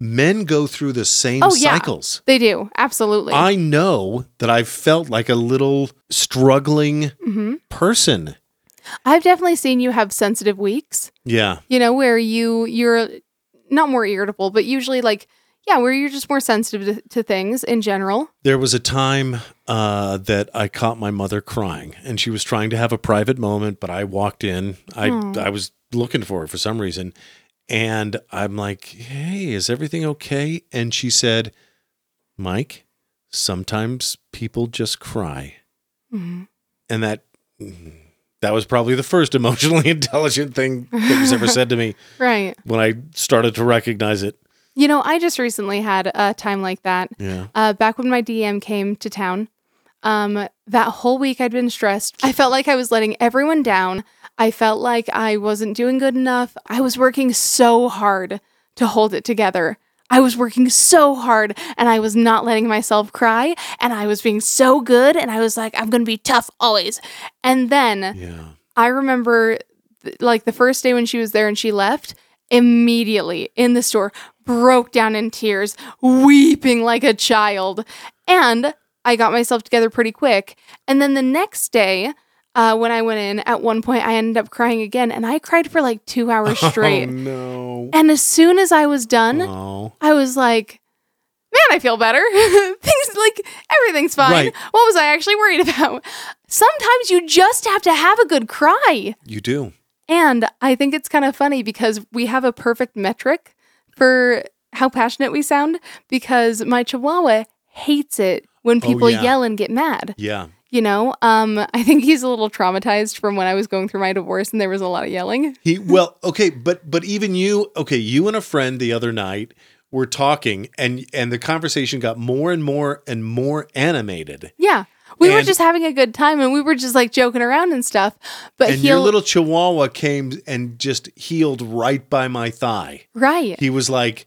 A: Men go through the same
B: Oh, yeah.
A: cycles.
B: They do. Absolutely.
A: I know that I've felt like a little struggling
B: hmm
A: person.
B: I've definitely seen you have sensitive weeks,
A: Yeah.
B: you know, where you, you're not more irritable, but usually like, yeah, where you're just more sensitive to, to things in general.
A: There was a time uh, that I caught my mother crying, and she was trying to have a private moment, but I walked in. I
B: Aw.
A: I was looking for her for some reason, and I'm like, "Hey, is everything okay?" And she said, "Mike, sometimes people just cry,"
B: Mhm.
A: and that that was probably the first emotionally intelligent thing that was ever said to me
B: Right.
A: when I started to recognize it.
B: You know, I just recently had a time like that.
A: Yeah.
B: Uh, back when my DM came to town, um, that whole week I'd been stressed. I felt like I was letting everyone down. I felt like I wasn't doing good enough. I was working so hard to hold it together. I was working so hard and I was not letting myself cry. And I was being so good. And I was like, I'm going to be tough always. And then.
A: Yeah.
B: I remember th- like the first day when she was there and she left, immediately in the store, broke down in tears, weeping like a child. And I got myself together pretty quick. And then the next day, uh, when I went in, at one point I ended up crying again, and I cried for like two hours straight.
A: Oh no.
B: And as soon as I was done,
A: Oh.
B: I was like, man, I feel better. Things like everything's fine.
A: Right.
B: What was I actually worried about? Sometimes you just have to have a good cry.
A: You do.
B: And I think it's kind of funny because we have a perfect metric for how passionate we sound because my chihuahua hates it when
A: Oh,
B: people
A: yeah.
B: yell and get mad.
A: Yeah.
B: You know, um, I think he's a little traumatized from when I was going through my divorce and there was a lot of yelling.
A: He well, okay, but but even you, okay, you and a friend the other night were talking and and the conversation got more and more and more animated.
B: Yeah. We were
A: And-
B: just having a good time and we were just like joking around and stuff. But
A: And your
B: he'll
A: little chihuahua came and just healed right by my thigh.
B: right.
A: He was like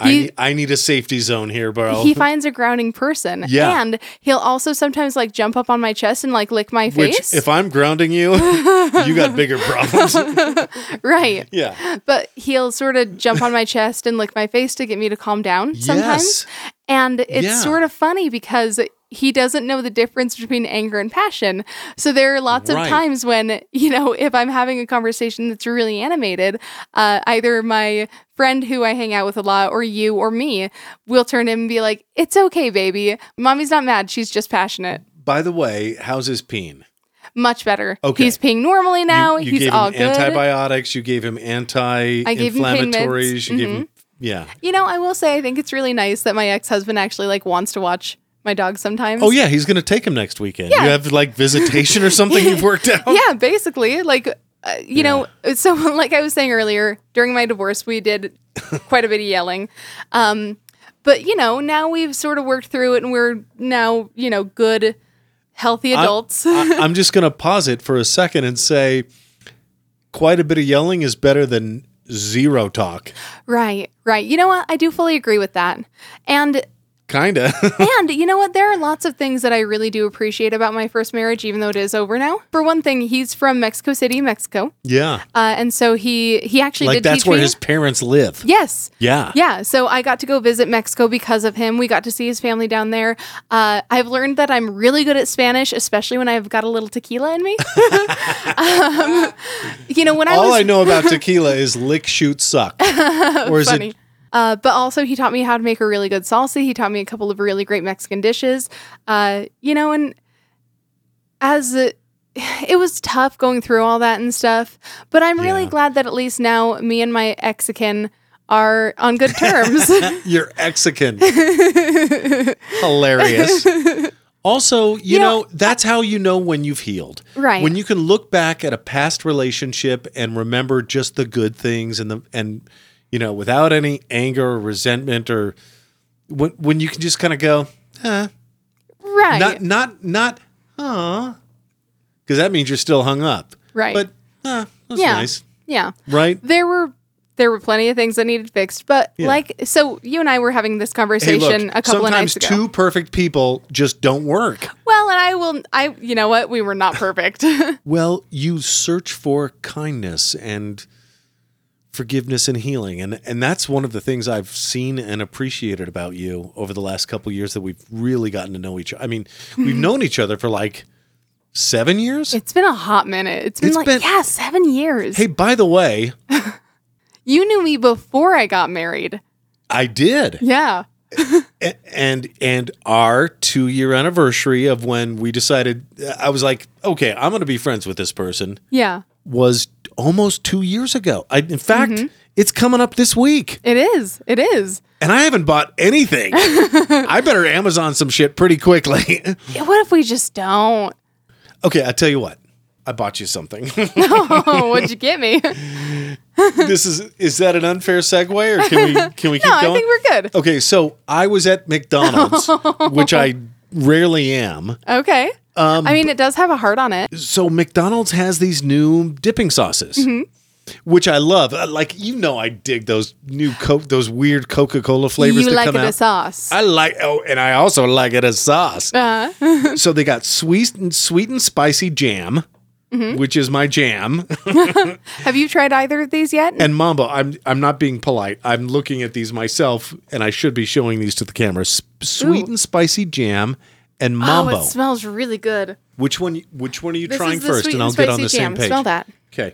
B: He-
A: I I need a safety zone here, bro.
B: he finds a grounding person.
A: Yeah.
B: And he'll also sometimes like jump up on my chest and like lick my
A: Which
B: face.
A: if I'm grounding you, you got bigger problems.
B: right.
A: yeah.
B: But he'll sort of jump on my chest and lick my face to get me to calm down
A: Yes.
B: sometimes. And it's
A: Yeah.
B: sort of funny because he doesn't know the difference between anger and passion. So there are lots
A: Right.
B: of times when, you know, if I'm having a conversation that's really animated, uh, either my friend who I hang out with a lot or you or me will turn to him and be like, it's okay, baby. Mommy's not mad. She's just passionate.
A: By the way, how's his peen?
B: Much better.
A: Okay.
B: He's peeing normally now.
A: you, you
B: He's
A: gave
B: all
A: him
B: good.
A: antibiotics, you gave him anti
B: gave him pain meds.
A: inflammatories, you gave
B: Mhm.
A: him yeah.
B: You know, I will say I think it's really nice that my ex-husband actually like wants to watch my dog sometimes.
A: Oh yeah, he's gonna take him next weekend.
B: Yeah.
A: You have like visitation or something you've worked out.
B: Yeah, basically, like uh, you know, so like I was saying earlier, during my divorce, we did quite a bit of yelling. Um but you know, now we've sort of worked through it and we're now, you know, good healthy adults.
A: I, I'm just gonna pause it for a second and say, quite a bit of yelling is better than zero talk.
B: right, right. You know what? I do fully agree with that. And
A: Kinda.
B: And you know what? There are lots of things that I really do appreciate about my first marriage, even though it is over now. For one thing, he's from Mexico City, Mexico,
A: yeah.
B: uh, and so he he actually
A: Like
B: did
A: that's
B: teach
A: where
B: me-
A: his parents live.
B: yes.
A: Yeah.
B: Yeah, so I got to go visit Mexico because of him. We got to see his family down there. Uh, I've learned that I'm really good at Spanish, especially when I've got a little tequila in me. um, you know, when I
A: All
B: was
A: I know about tequila is lick, shoot, suck. Or is
B: funny.
A: it?
B: Uh, but also, he taught me how to make a really good salsa. He taught me a couple of really great Mexican dishes. Uh, you know, and as a, it was tough going through all that and stuff, but I'm really
A: Yeah.
B: glad that at least now me and my Mexican are on good terms.
A: You're Mexican. Hilarious. Also, you,
B: You
A: know,
B: know,
A: that's how you know when you've healed.
B: Right.
A: When you can look back at a past relationship and remember just the good things and the and you know, without any anger or resentment or when when you can just kind of go, eh,
B: Right.
A: not not not huh. Cuz that means you're still hung up.
B: Right.
A: But uh, that's
B: yeah.
A: nice.
B: Yeah.
A: Right?
B: There were there were plenty of things that needed fixed, but
A: Yeah.
B: like so you and I were having this
A: Hey,
B: conversation
A: look,
B: a couple of
A: sometimes
B: nights ago.
A: two perfect people just don't work.
B: Well, and I will I you know what? We were not perfect.
A: Well, you search for kindness and forgiveness and healing. And and that's one of the things I've seen and appreciated about you over the last couple years that we've really gotten to know each other. I mean, we've known each other for like 7 years.
B: it's been a hot minute. It's been
A: It's
B: like
A: been-
B: yeah, 7 years.
A: hey, by the way,
B: You knew me before I got married.
A: I did.
B: Yeah.
A: A- and and our two year anniversary of when we decided I was like, okay, I'm going to be friends with this person
B: Yeah.
A: was almost two years ago. I, in fact, it's coming up this week,
B: It is. It is.
A: and I haven't bought anything. I better Amazon some shit pretty quickly.
B: Yeah, What if we just don't?
A: okay, I tell you what, I bought you something.
B: Oh, what'd you get me? no,
A: this is is that an unfair segue, or can we can we keep
B: I
A: going?
B: think we're good.
A: okay, so I was at McDonald's, which I rarely am.
B: Okay.
A: Um,
B: I mean, it does have a heart on it.
A: so McDonald's has these new dipping sauces,
B: Mm-hmm.
A: which I love. Uh, Like you know, I dig those new Coke, those weird Coca Cola flavors
B: You
A: that
B: like
A: come
B: it a
A: out.
B: sauce.
A: I like oh, and I also like it as sauce.
B: Uh,
A: so they got sweet and sweet and spicy jam,
B: Mm-hmm.
A: which is my jam,
B: have you tried either of these yet?
A: and mambo. I'm I'm not being polite. I'm looking at these myself, and I should be showing these to the camera. S- sweet
B: Ooh.
A: and spicy jam and
B: oh,
A: mambo.
B: it smells really good.
A: which one? Which one are you
B: This
A: trying
B: is the
A: first?
B: sweet
A: And
B: and
A: I'll get on
B: spicy
A: the same
B: jam.
A: page.
B: Smell that.
A: Okay.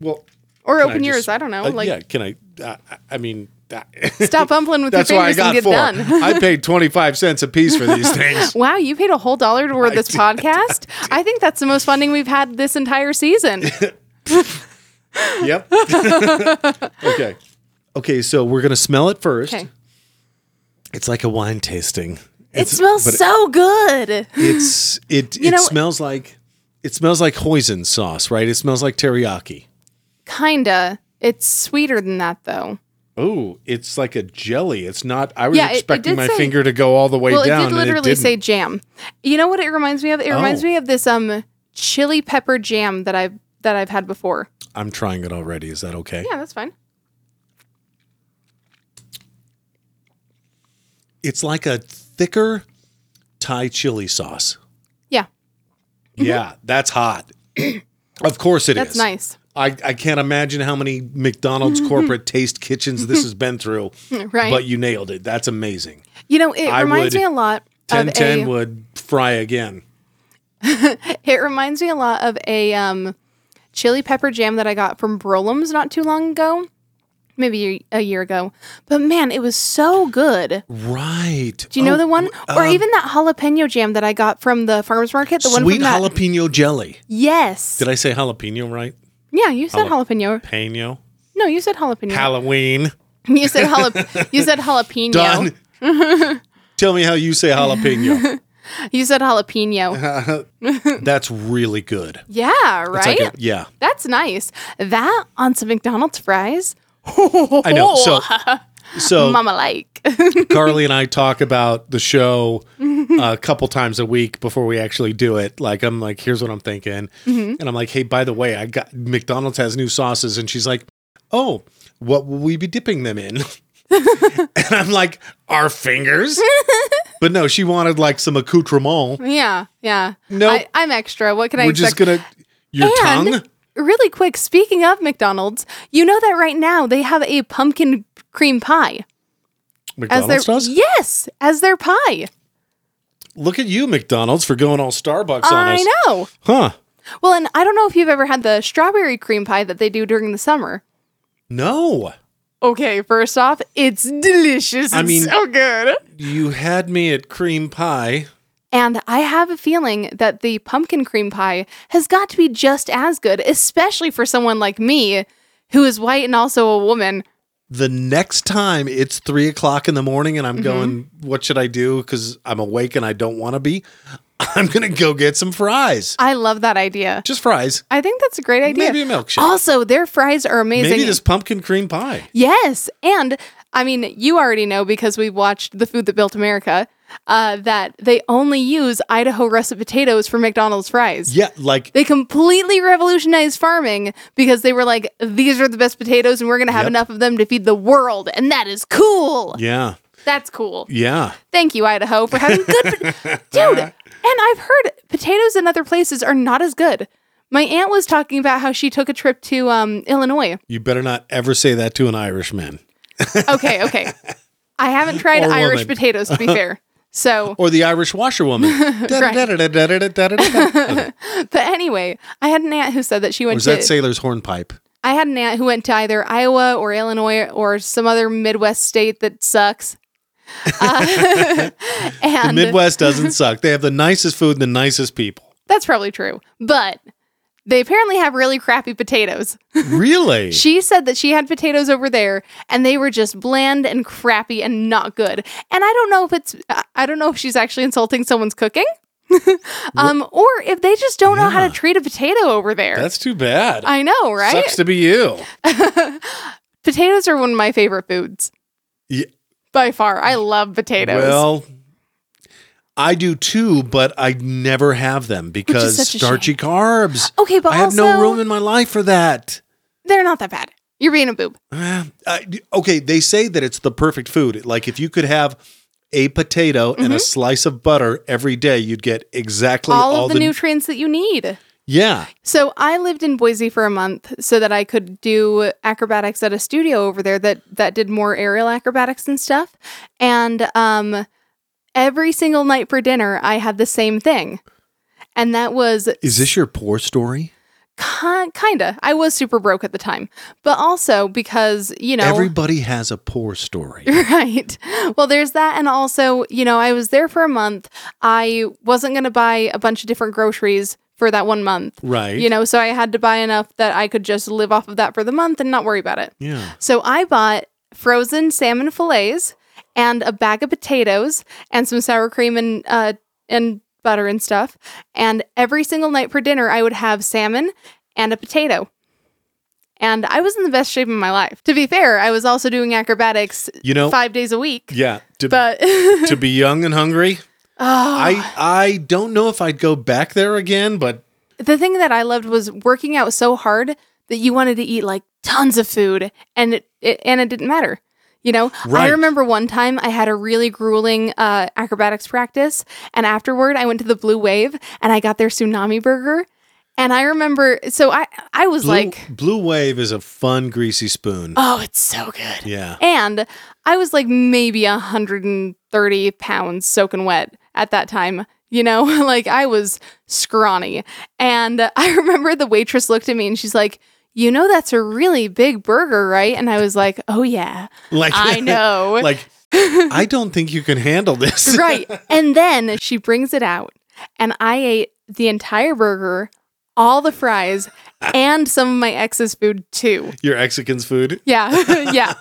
A: Well.
B: Or
A: Can
B: open
A: I
B: yours.
A: just-
B: I don't know.
A: uh,
B: like,
A: yeah, can I? Uh, I mean, that,
B: stop fumbling with your
A: that's why I
B: fingers and
A: got
B: get
A: four.
B: done.
A: I paid twenty five cents a piece for these things.
B: Wow, you paid a whole dollar toward this podcast. I think that's the most funding we've had this entire season.
A: yep. okay. Okay, so we're gonna smell it first.
B: Okay.
A: It's like a wine tasting.
B: It smells
A: but
B: so good.
A: It's it. It
B: know-
A: smells like it smells like hoisin sauce, right? It smells like teriyaki.
B: Kinda. It's sweeter than that though.
A: Oh, it's like a jelly. It's not. I was
B: Yeah, it- it
A: expecting
B: did
A: my
B: say-
A: finger to go all the way
B: Well,
A: down.
B: it did
A: and
B: literally
A: didn't.
B: say jam. You know what it reminds me of? It reminds
A: Oh.
B: me of this um chili pepper jam that I've that I've had before.
A: I'm trying it already. Is that okay?
B: Yeah, that's fine.
A: It's like a thicker Thai chili sauce.
B: Yeah,
A: Yeah, that's hot. of course it is.
B: Mm-hmm. that's nice.
A: I, I can't imagine how many McDonald's corporate taste kitchens this has been through.
B: Right.
A: But you nailed it. That's amazing.
B: You know, it
A: I
B: reminds
A: would-
B: me a lot of
A: 1010
B: a
A: would fry again.
B: it reminds me a lot of a um chili pepper jam that I got from Brolum's not too long ago. Maybe a year ago. But man, it was so good.
A: Right. Oh,
B: Do you know the one? or
A: uh,
B: even that jalapeno jam that I got from the farmer's market, the one
A: Sweet
B: from that.
A: jalapeno jelly.
B: yes.
A: Did I say jalapeno right?
B: yeah, you said jalapeno.
A: Peno.
B: No, you said jalapeno.
A: Halloween.
B: you said jalap- you said jalapeno.
A: Done. Tell me how you say jalapeno.
B: You said jalapeno.
A: That's really good.
B: yeah,
A: Uh-huh. It's like
B: right?
A: a- yeah.
B: That's nice. That on some McDonald's fries.
A: I know. So so
B: Mama like.
A: Carly and I talk about the show uh, a couple times a week before we actually do it. Like I'm like, here's what I'm thinking,
B: Mm-hmm.
A: and I'm like, hey, by the way, I got McDonald's has new sauces, and she's like, oh, what will we be dipping them in? and I'm like, our fingers. but no, she wanted like some accoutrement.
B: yeah, yeah.
A: Nope.
B: I, I'm extra. What can I
A: We're just
B: expect?
A: gonna your
B: And
A: tongue.
B: really quick, speaking of McDonald's, you know that right now they have a pumpkin cream pie as
A: McDonald's
B: their
A: does.
B: yes as their pie.
A: Look at you, McDonald's, for going all Starbucks on us,
B: I know.
A: huh?
B: Well, and I don't know if you've ever had the strawberry cream pie that they do during the summer.
A: No.
B: Okay, first off, it's delicious.
A: I
B: It's
A: mean-
B: so good.
A: You had me at cream pie.
B: And I have a feeling that the pumpkin cream pie has got to be just as good, especially for someone like me who is white and also a woman.
A: the next time it's three o'clock in the morning and I'm going, what should I do? Because I'm awake and I don't want to be. I'm going to go get some fries.
B: I love that idea.
A: Just fries.
B: I think that's a great idea.
A: Maybe a milkshake.
B: Also, their fries are amazing.
A: Maybe this pumpkin cream pie.
B: Yes, and I mean, you already know because we watched The Food That Built America uh, that they only use Idaho russet potatoes for McDonald's fries.
A: Yeah, like
B: They completely revolutionized farming because they were like, these are the best potatoes, and we're going to have
A: Yep.
B: enough of them to feed the world. And that is cool.
A: yeah,
B: That's cool.
A: yeah.
B: Thank you, Idaho, for having good. pot- Dude, and I've heard potatoes in other places are not as good. My aunt was talking about how she took a trip to um, Illinois.
A: You better not ever say that to an Irishman
B: Okay, okay. I haven't tried
A: Or
B: Irish
A: woman.
B: potatoes to be fair. So,
A: or the Irish washerwoman. Da-da-da-da-da-da-da-da-da.
B: but anyway, I had an aunt who said that she
A: Or
B: went
A: is that
B: to.
A: sailor's hornpipe?
B: I had an aunt who went to either Iowa or Illinois or some other Midwest state that sucks. Uh, and
A: The Midwest doesn't suck. They have the nicest food and the nicest people.
B: that's probably true, but they apparently have really crappy potatoes.
A: Really?
B: She said that she had potatoes over there and they were just bland and crappy and not good. And I don't know if it's I- I don't know if she's actually insulting someone's cooking. um or if they just don't know how to treat a potato over there.
A: That's too bad.
B: I know, right?
A: Sucks to be you.
B: potatoes are one of my favorite foods.
A: Yeah.
B: By far. I love potatoes.
A: Well, I do too, but I never have them because
B: such a
A: starchy carbs.
B: okay, but
A: I have
B: also,
A: no room in my life for that.
B: they're not that bad. You're being a boob.
A: Ah, I- okay, they say that it's the perfect food. Like if you could have a potato and a slice of butter every day, you'd get exactly all,
B: Mm-hmm. All, of the, nutrients that you need.
A: yeah.
B: So I lived in Boise for a month so that I could do acrobatics at a studio over there that that did more aerial acrobatics and stuff. And um every single night for dinner I had the same thing. And that was
A: Is this your poor story?
B: ki- kinda. I was super broke at the time. But also because, you know,
A: Everybody has a poor story.
B: Right. Well, there's that. And also, you know, I was there for a month. I wasn't going to buy a bunch of different groceries for that one month.
A: Right.
B: You know, so I had to buy enough that I could just live off of that for the month and not worry about it.
A: Yeah.
B: So I bought frozen salmon fillets and a bag of potatoes and some sour cream and uh, and butter and stuff. And every single night for dinner, I would have salmon and a potato. And I was in the best shape of my life. To be fair, I was also doing acrobatics
A: You know,
B: five days a week.
A: yeah. To,
B: But
A: to be young and hungry,
B: Oh,
A: I I don't know if I'd go back there again, but
B: the thing that I loved was working out so hard that you wanted to eat like tons of food, and it, it and it didn't matter. You know, I
A: Right.
B: remember one time I had a really grueling uh, acrobatics practice, and afterward I went to the Blue Wave and I got their tsunami burger, and I remember so I I was
A: blue,
B: like,
A: blue wave is a fun greasy spoon.
B: oh, it's so good.
A: yeah.
B: And I was like maybe 130 pounds soaking wet at that time. You know, like I was scrawny. And I remember the waitress looked at me and she's like, You know, that's a really big burger, right? And I was like, Oh, yeah,
A: Like
B: I know.
A: like I don't think you can handle this.
B: right. And then she brings it out. And I ate the entire burger, all the fries, and some of my ex's food too.
A: Your Mexican's food.
B: Yeah. yeah.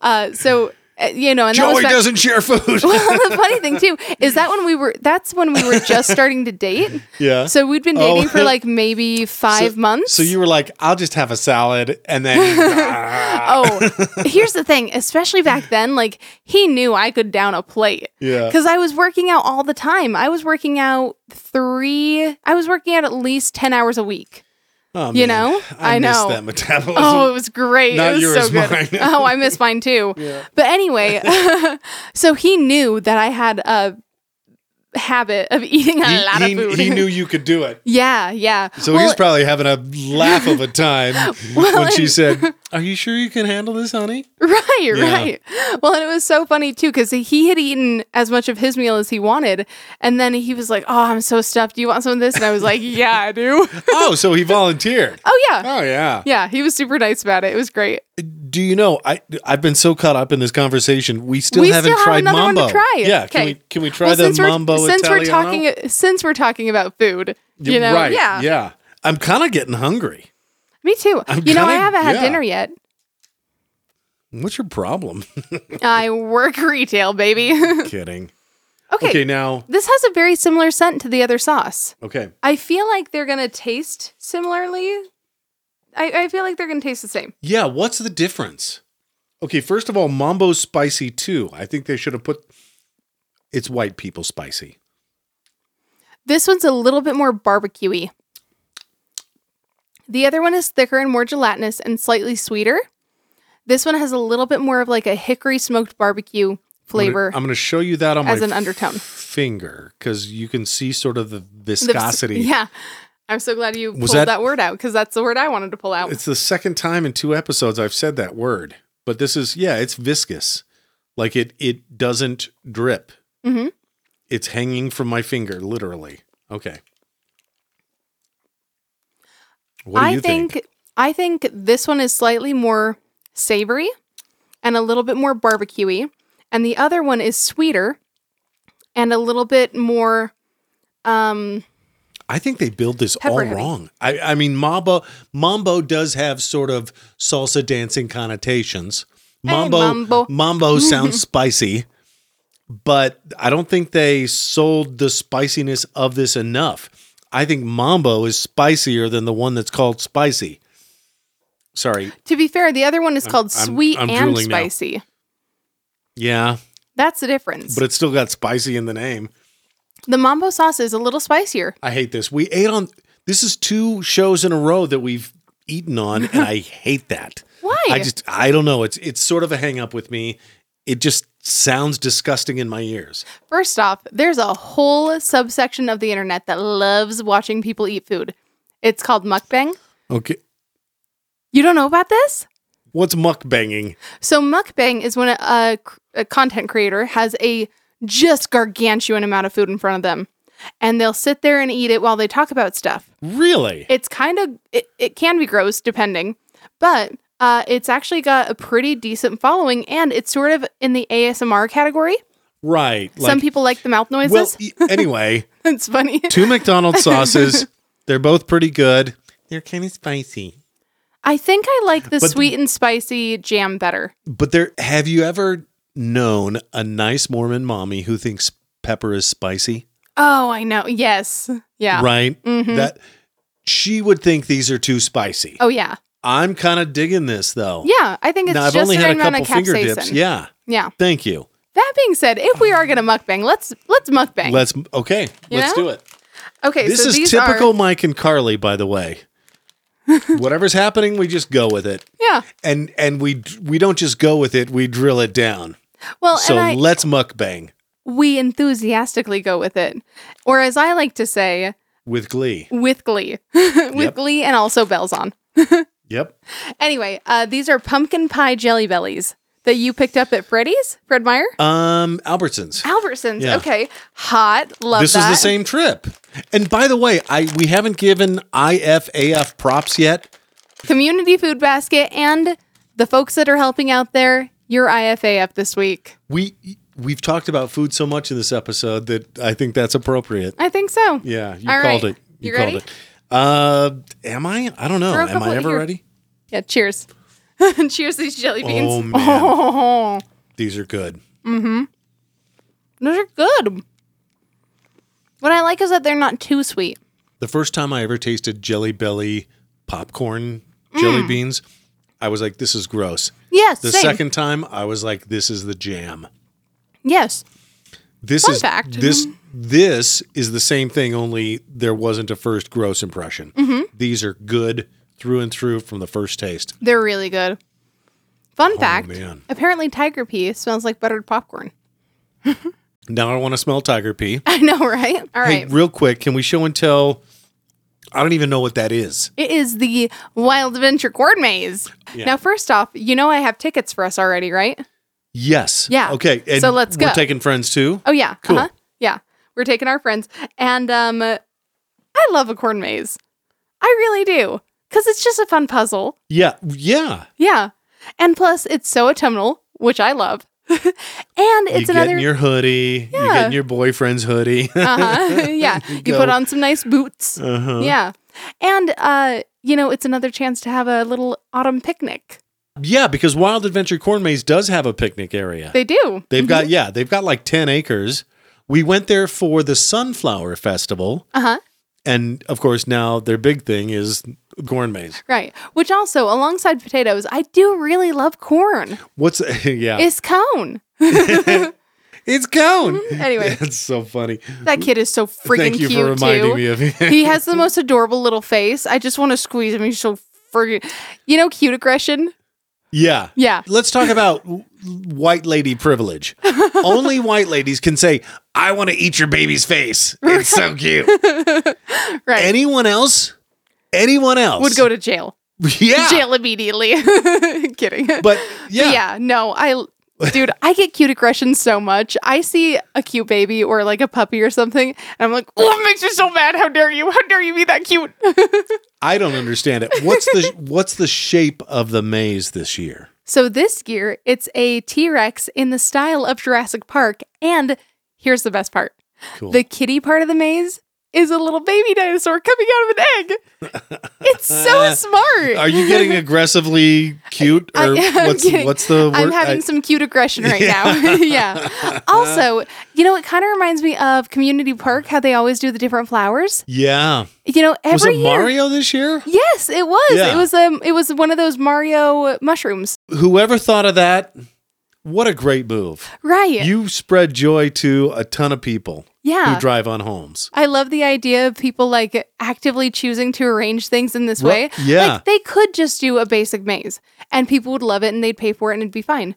B: Uh, so, uh, you know, and that was
A: Joey
B: back-
A: doesn't share food.
B: well, the funny thing too is that when we were that's when we were just starting to date.
A: yeah.
B: So we'd been
A: Oh.
B: dating for like maybe five months.
A: So you were like, I'll just have a salad and "Ah, then
B: Oh, here's the thing. Especially back then, like he knew I could down a plate.
A: Yeah.
B: Because I was working out all the time. I was working out three. I was working out at least ten hours a week.
A: Oh,
B: You
A: man,
B: know?
A: I,
B: I
A: miss
B: know.
A: that metabolism.
B: Oh, it was great.
A: Not
B: it was
A: yours,
B: so good.
A: mine.
B: oh, I miss mine too. But anyway, so he knew that I had a habit of eating a
A: he,
B: lot
A: he-
B: of food.
A: he knew you could do it.
B: Yeah, yeah.
A: So he
B: Well,
A: was probably having a laugh of a time when she said, Are you sure you can handle this, honey?
B: right,
A: Yeah.
B: right. Well, and it was so funny too because he had eaten as much of his meal as he wanted, and then he was like, "Oh, I'm so stuffed. Do you want some of this?" And I was like, "Yeah, I do."
A: Oh, so he volunteered.
B: oh yeah,
A: Oh yeah.
B: yeah. He was super nice about it. It was great.
A: Do you know I I've been so caught up in this conversation. We still
B: We
A: haven't
B: still have
A: tried
B: another one to
A: mambo.
B: try.
A: Yeah,
B: Okay.
A: can we can we try
B: well,
A: the
B: since we're
A: mambo
B: since
A: Italiano?
B: we're talking since we're talking about food, you know,
A: right.
B: yeah,
A: Yeah. I'm kind of getting hungry.
B: me too.
A: I'm
B: you know, I
A: kinda-
B: haven't had
A: yeah.
B: dinner yet.
A: What's your problem?
B: I work retail, baby.
A: Kidding.
B: okay.
A: Okay, now.
B: This has a very similar scent to the other sauce.
A: Okay.
B: I feel like they're going to taste similarly. I, I feel like they're going to taste the same.
A: Yeah, what's the difference? Okay, first of all, Mambo's spicy too. I think they should have put it's white people spicy.
B: This one's a little bit more barbecuey. The other one is thicker and more gelatinous and slightly sweeter. This one has a little bit more of like a hickory smoked barbecue
A: I'm gonna-
B: flavor.
A: I'm going to show you that on
B: as
A: my
B: an undertone.
A: finger because you can see sort of the
B: The-
A: viscosity.
B: yeah. I'm so glad you
A: Was
B: pulled
A: that-
B: that, word out because that's the word I wanted to pull out.
A: It's the second time in two episodes I've said that word, but this is yeah, it's viscous, like it it doesn't drip.
B: Mhm.
A: It's hanging from my finger, literally. Okay. What do
B: I
A: you think?
B: I think this one is slightly more savory and a little bit more barbecuey, and the other one is sweeter and a little bit more. Um,
A: I think they build this
B: Pepper
A: all
B: heavy.
A: wrong. I, I mean, Mambo Mambo does have sort of salsa dancing connotations.
B: Hey,
A: Mambo
B: Mambo.
A: Mambo sounds spicy, but I don't think they sold the spiciness of this enough. I think Mambo is spicier than the one that's called spicy. Sorry.
B: to be fair, the other one is called
A: I'm-
B: sweet
A: I'm
B: and
A: drooling now.
B: spicy.
A: Yeah,
B: That's the difference.
A: but it's still got spicy in the name.
B: the mambo sauce is a little spicier.
A: I hate this. We ate on this is two shows in a row that we've eaten on and I hate that.
B: Why?
A: I just I don't know. It's it's sort of a hang up with me. It just sounds disgusting in my ears.
B: First off, there's a whole subsection of the internet that loves watching people eat food. It's called mukbang.
A: Okay.
B: You don't know about this?
A: What's mukbanging?
B: So mukbang is when a, a, a content creator has a just gargantuan amount of food in front of them, and they'll sit there and eat it while they talk about stuff.
A: Really?
B: It's kind of it, it can be gross depending, but uh, it's actually got a pretty decent following, and it's sort of in the ASMR category.
A: right.
B: Some people like the mouth
A: Well,
B: noises.
A: e- anyway,
B: it's funny.
A: two McDonald's sauces. They're both pretty good. They're kind of spicy.
B: I think I like the
A: But-
B: sweet and spicy jam better.
A: But there have you ever known a nice Mormon mommy who thinks pepper is spicy?
B: Oh, I know. Yes. Yeah. Mm-hmm.
A: Right? That she would think these are too spicy.
B: Oh, yeah.
A: I'm kind of digging this though.
B: Yeah. I think it's
A: Now I've
B: just
A: only
B: right
A: had a
B: around
A: couple
B: a capsaicin.
A: finger dips. Yeah.
B: Yeah.
A: Thank you.
B: That being said, if we are going to mukbang, let's let's mukbang.
A: Let's okay.
B: You
A: let's
B: know?
A: do it.
B: okay,
A: This
B: so
A: is
B: these
A: typical
B: Are,
A: Mike and Carly, by the way. Whatever's happening, we just go with it,
B: yeah.
A: and and we we don't just go with it. We drill it down.
B: Well,
A: So
B: and I,
A: let's mukbang
B: we enthusiastically go with it, or as I like to say,
A: with glee.
B: with glee, with
A: Yep.
B: glee, and also bells on.
A: Yep.
B: Anyway, uh, these are pumpkin pie jelly bellies that you picked up at Freddy's, Fred Meyer,
A: Um, Albertsons.
B: Albertsons.
A: yeah.
B: Okay, hot. Love
A: This is
B: that.
A: the same trip. And by the way, I we haven't given IFAF props yet.
B: community food basket and the folks that are helping out there. Your IFA up this week.
A: We we've talked about food so much in this episode that I think that's appropriate.
B: I think so.
A: Yeah, you
B: All
A: called
B: right.
A: it. You,
B: You
A: called
B: ready?
A: it. Uh, am I? I don't know.
B: Throw a
A: Am
B: couple
A: I ever
B: here.
A: ready?
B: Yeah, cheers. cheers these jelly beans.
A: Oh man, these are good.
B: Those are good. What I like is that they're not too sweet.
A: The first time I ever tasted Jelly Belly popcorn jelly beans, I was like, "This is gross."
B: Yes.
A: The
B: Mm. same.
A: second time, I was like, "This is the jam."
B: Yes.
A: This
B: Fun
A: is
B: fact.
A: this this is the same thing. Only there wasn't a first gross impression.
B: Mm-hmm.
A: These are good through and through from the first taste.
B: They're really good. Fun fact
A: Oh, man.
B: apparently, tiger pea smells like buttered popcorn.
A: Now I want to smell tiger pea.
B: I know, right? All
A: Hey,
B: right.
A: real quick, can we show and tell? I don't even know what that is.
B: it is the Wild Adventure Corn Maze.
A: Yeah.
B: Now, first off, you know I have tickets for us already, right?
A: Yes.
B: Yeah.
A: Okay. And
B: So let's
A: We're
B: go.
A: taking friends too.
B: Oh, yeah.
A: Cool.
B: Yeah. We're taking our friends. And um, I love a corn maze. I really do. Because it's just a fun puzzle.
A: Yeah. Yeah.
B: Yeah. And plus, it's so autumnal, which I love. and
A: you
B: it's
A: get in
B: another.
A: your hoodie. You get
B: Yeah.
A: in your boyfriend's hoodie.
B: uh-huh. yeah. You, put
A: go.
B: on some nice boots.
A: uh-huh.
B: Yeah. And, uh, you know, it's another chance to have a little autumn picnic.
A: Yeah, because Wild Adventure Corn Maze does have a picnic area.
B: They do.
A: They've got yeah, they've got like ten acres. We went there for the Sunflower Festival,
B: Uh huh.
A: and of course now their big thing is corn maze.
B: Right. Which also, alongside potatoes, I do really love corn.
A: What's yeah? It's,
B: It's cone.
A: cone.
B: Anyway.
A: it's so funny.
B: That kid is so freaking
A: Thank you
B: Mm-hmm. cute
A: for reminding
B: too.
A: me of it.
B: he has the most adorable little face. I just want to squeeze him. He's so freaking. You know, cute aggression.
A: yeah.
B: Yeah.
A: Let's talk about w- white lady privilege. Only white ladies can say, "I want to eat your baby's face." It's so cute.
B: Right.
A: anyone else? Anyone else
B: Would go to jail.
A: yeah.
B: Jail immediately. Kidding.
A: But
B: But
A: yeah,
B: no, I, dude, I get cute aggression so much. I see a cute baby or like a puppy or something, and I'm like, oh, it makes me so mad. How dare you? How dare you be that cute?
A: I don't understand it. What's the what's the shape of the maze this year?
B: so this year, it's a T Rex in the style of Jurassic Park. And here's the best part
A: Cool.
B: the kitty part of the maze is a little baby dinosaur coming out of an egg. It's so smart.
A: Are you getting aggressively cute, or
B: I- I'm
A: what's
B: kidding.
A: what's the word?
B: I'm having
A: I-
B: some cute aggression right now. yeah. Also, you know, it kind of reminds me of Community Park, how they always do the different flowers.
A: yeah.
B: You know, every
A: Was it
B: year.
A: Mario this year?
B: Yes, it was.
A: Yeah.
B: It was um, it was one of those Mario mushrooms,
A: Whoever thought of that, what a great move!
B: right?
A: You spread joy to a ton of people
B: yeah.
A: who drive on homes.
B: I love the idea of people like actively choosing to arrange things in this
A: Right,
B: way.
A: yeah.
B: Like they could just do a basic maze and people would love it and they'd pay for it and it'd be fine.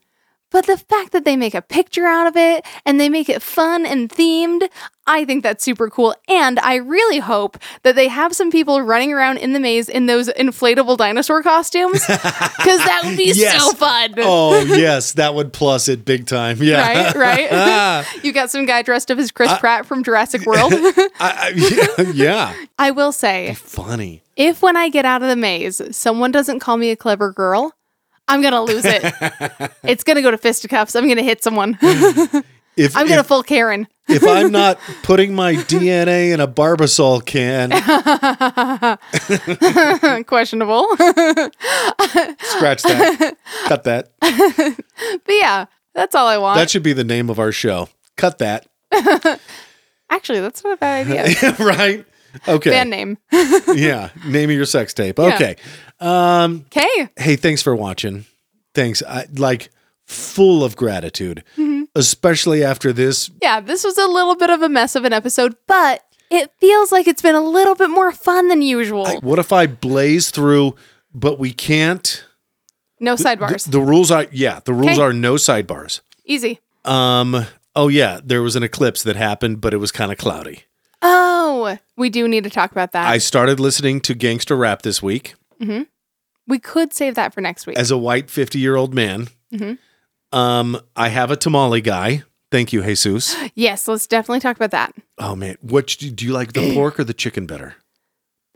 B: But the fact that they make a picture out of it and they make it fun and themed, I think that's super cool. And I really hope that they have some people running around in the maze in those inflatable dinosaur costumes because that would be
A: Yes.
B: so fun.
A: Oh yes, that would plus it big time. Yeah,
B: Right, right. you got some guy dressed up as
A: Uh,
B: Chris Pratt from Jurassic World.
A: I, I, yeah, yeah.
B: I will say,
A: funny.
B: if when I get out of the maze, someone doesn't call me a clever girl, I'm gonna lose it. it's gonna go to fisticuffs. I'm gonna hit someone.
A: If
B: I'm
A: if-
B: gonna full Karen.
A: if I'm not putting my DNA in a Barbasol can,
B: Questionable. but
A: scratch that, cut that.
B: yeah, that's all I want.
A: That should be the name of our show. Cut that.
B: Actually, that's not a bad idea.
A: right? Okay.
B: Band name.
A: yeah. Name of your sex tape. Okay. Um,
B: Okay.
A: hey, thanks for watching. Thanks. I like full of gratitude,
B: Mm-hmm.
A: especially after this.
B: Yeah, this was a little bit of a mess of an episode, but it feels like it's been a little bit more fun than usual.
A: I- what if I blaze through, but we can't?
B: no sidebars.
A: The rules are, yeah, the rules
B: Okay.
A: are no sidebars.
B: Easy.
A: Um, oh yeah, there was an eclipse that happened, but it was kind of cloudy.
B: Oh, we do need to talk about that.
A: I started listening to gangster rap this week
B: we could save that for next week.
A: as a white 50 year old man.
B: Mm-hmm.
A: Um, I have a tamale guy. Thank you, Jesus.
B: yes, let's definitely talk about that.
A: Oh man, what do you like
B: Eh.
A: the pork or the chicken better?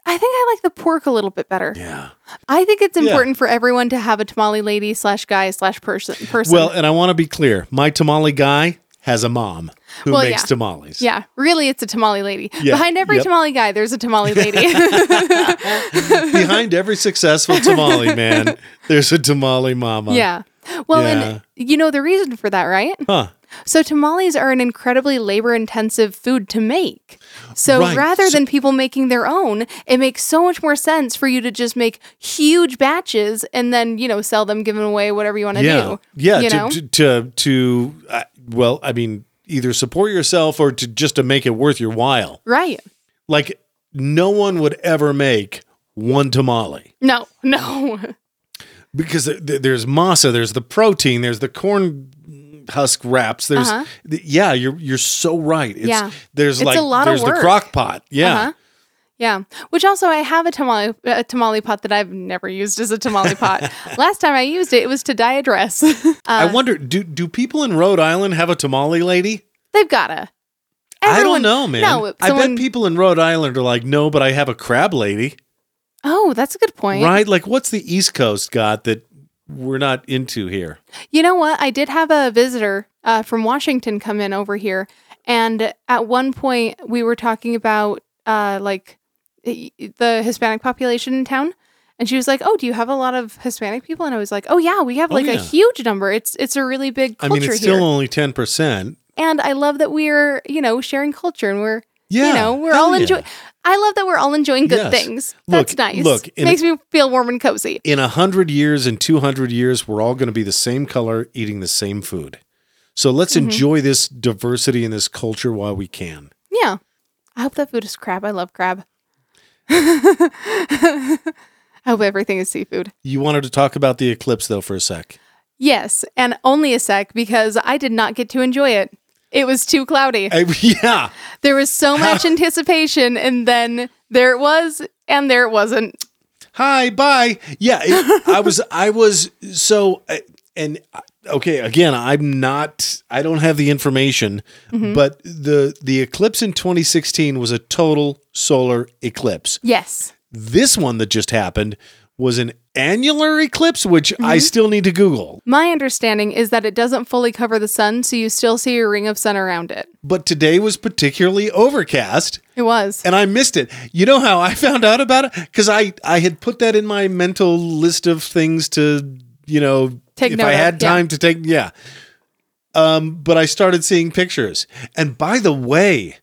B: I think I like the pork a little bit better.
A: Yeah.
B: I think it's
A: Yeah.
B: important for everyone to have a tamale lady slash guy slash person person.
A: Well, and I want to be clear. My tamale guy has a mom who
B: Well,
A: makes
B: yeah.
A: tamales.
B: yeah, really, it's a tamale lady.
A: Yeah,
B: Behind every
A: yep.
B: tamale guy, there's a tamale lady.
A: Behind every successful tamale man, there's a tamale mama.
B: yeah. Well,
A: Yeah.
B: and you know the reason for that, right?
A: Huh.
B: So tamales are an incredibly labor-intensive food to make. So
A: Right,
B: rather
A: so-
B: than people making their own, it makes so much more sense for you to just make huge batches and then you know sell them, give them away, whatever you want to
A: yeah.
B: do.
A: Yeah.
B: you
A: to,
B: know?
A: to to, to uh, well, I mean, either support yourself or to just to make it worth your while.
B: right?
A: Like no one would ever make one tamale
B: No, no.
A: because th- th- there's masa, there's the protein, there's the corn husk wraps. There's
B: Uh-huh.
A: th- yeah, you're you're so right. It's,
B: Yeah.
A: There's
B: It's
A: like
B: a lot of
A: there's
B: work.
A: the crock pot. Yeah.
B: Uh-huh. Yeah. Which also, I have a tamale a tamale pot that I've never used as a tamale pot. Last time I used it, it was to dye a dress. Uh,
A: I wonder do do people in Rhode Island have a tamale lady?
B: They've gotta.
A: I don't
B: Everyone-
A: know, man.
B: No,
A: I bet
B: someone-
A: people in Rhode Island are like, no, but I have a crab lady.
B: Oh, that's a good point.
A: right? Like, what's the East Coast got that we're not into here?
B: You know what? I did have a visitor uh, from Washington come in over here, and at one point we were talking about uh, like the Hispanic population in town, And she was like, "Oh, do you have a lot of Hispanic people?" And I was like, "Oh yeah, we have
A: Oh,
B: like
A: yeah.
B: a huge number. It's it's a really big
A: I
B: culture
A: mean, it's
B: here."
A: still only 10%.
B: and I love that we're you know sharing culture and we're
A: Yeah.
B: you know we're
A: Hell
B: all
A: yeah.
B: enjoying. I love that we're all enjoying
A: Yes.
B: good things.
A: Look,
B: That's nice.
A: look, in-
B: makes me feel warm and cozy.
A: In 100 years and 200 years, we're all going to be the same color, eating the same food. So let's
B: Mm-hmm.
A: enjoy this diversity and this culture while we can.
B: Yeah, I hope that food is crab. I love crab. I hope everything is seafood.
A: You wanted to talk about the eclipse, though, for a sec.
B: Yes, and only a sec because I did not get to enjoy it. It was too cloudy.
A: I- yeah.
B: There was so much anticipation, and then there it was, and there it wasn't.
A: hi bye yeah it- i was i was so uh, and uh, okay again i'm not i don't have the information but the the eclipse in 2016 was a total solar eclipse
B: Yes.
A: this one that just happened was an annular eclipse which i still need to google
B: My understanding is that it doesn't fully cover the sun, so you still see a ring of sun around it.
A: but today was particularly overcast
B: It was.
A: and I missed it. You know how I found out about it? Because I I had put that in my mental list of things to you know
B: Take
A: if
B: note
A: I
B: of,
A: had
B: yeah.
A: time to take yeah. Um, but I started seeing pictures, and by the way,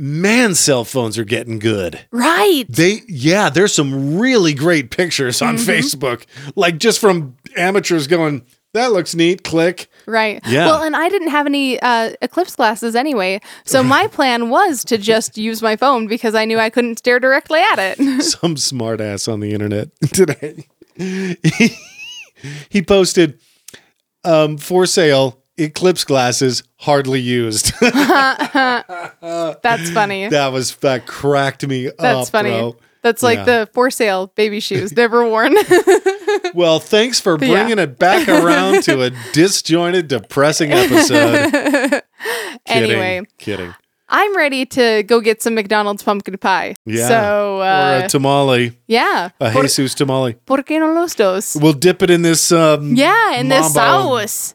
A: man, cell phones are getting good.
B: Right.
A: They yeah, there's some really great pictures on
B: Mm-hmm.
A: Facebook, like just from amateurs going. That looks neat. Click.
B: Right.
A: Yeah.
B: Well, and I didn't have any uh, eclipse glasses anyway, so my plan was to just use my phone because I knew I couldn't stare directly at it.
A: some smart ass on the internet today. he posted um, for sale eclipse glasses hardly used.
B: That's funny.
A: that was that cracked me
B: That's
A: up,
B: funny.
A: bro.
B: That's like
A: Yeah.
B: the for sale baby shoes, never worn.
A: Well, thanks for
B: Yeah.
A: bringing it back around to a disjointed, depressing episode. Kidding,
B: anyway,
A: kidding.
B: I'm ready to go get some McDonald's pumpkin pie.
A: Yeah.
B: So,
A: or
B: uh,
A: a tamale,
B: yeah.
A: a
B: por,
A: Jesus tamale.
B: por qué no los dos?
A: We'll dip it in this. Um,
B: Yeah, in the
A: mambo.
B: sauce.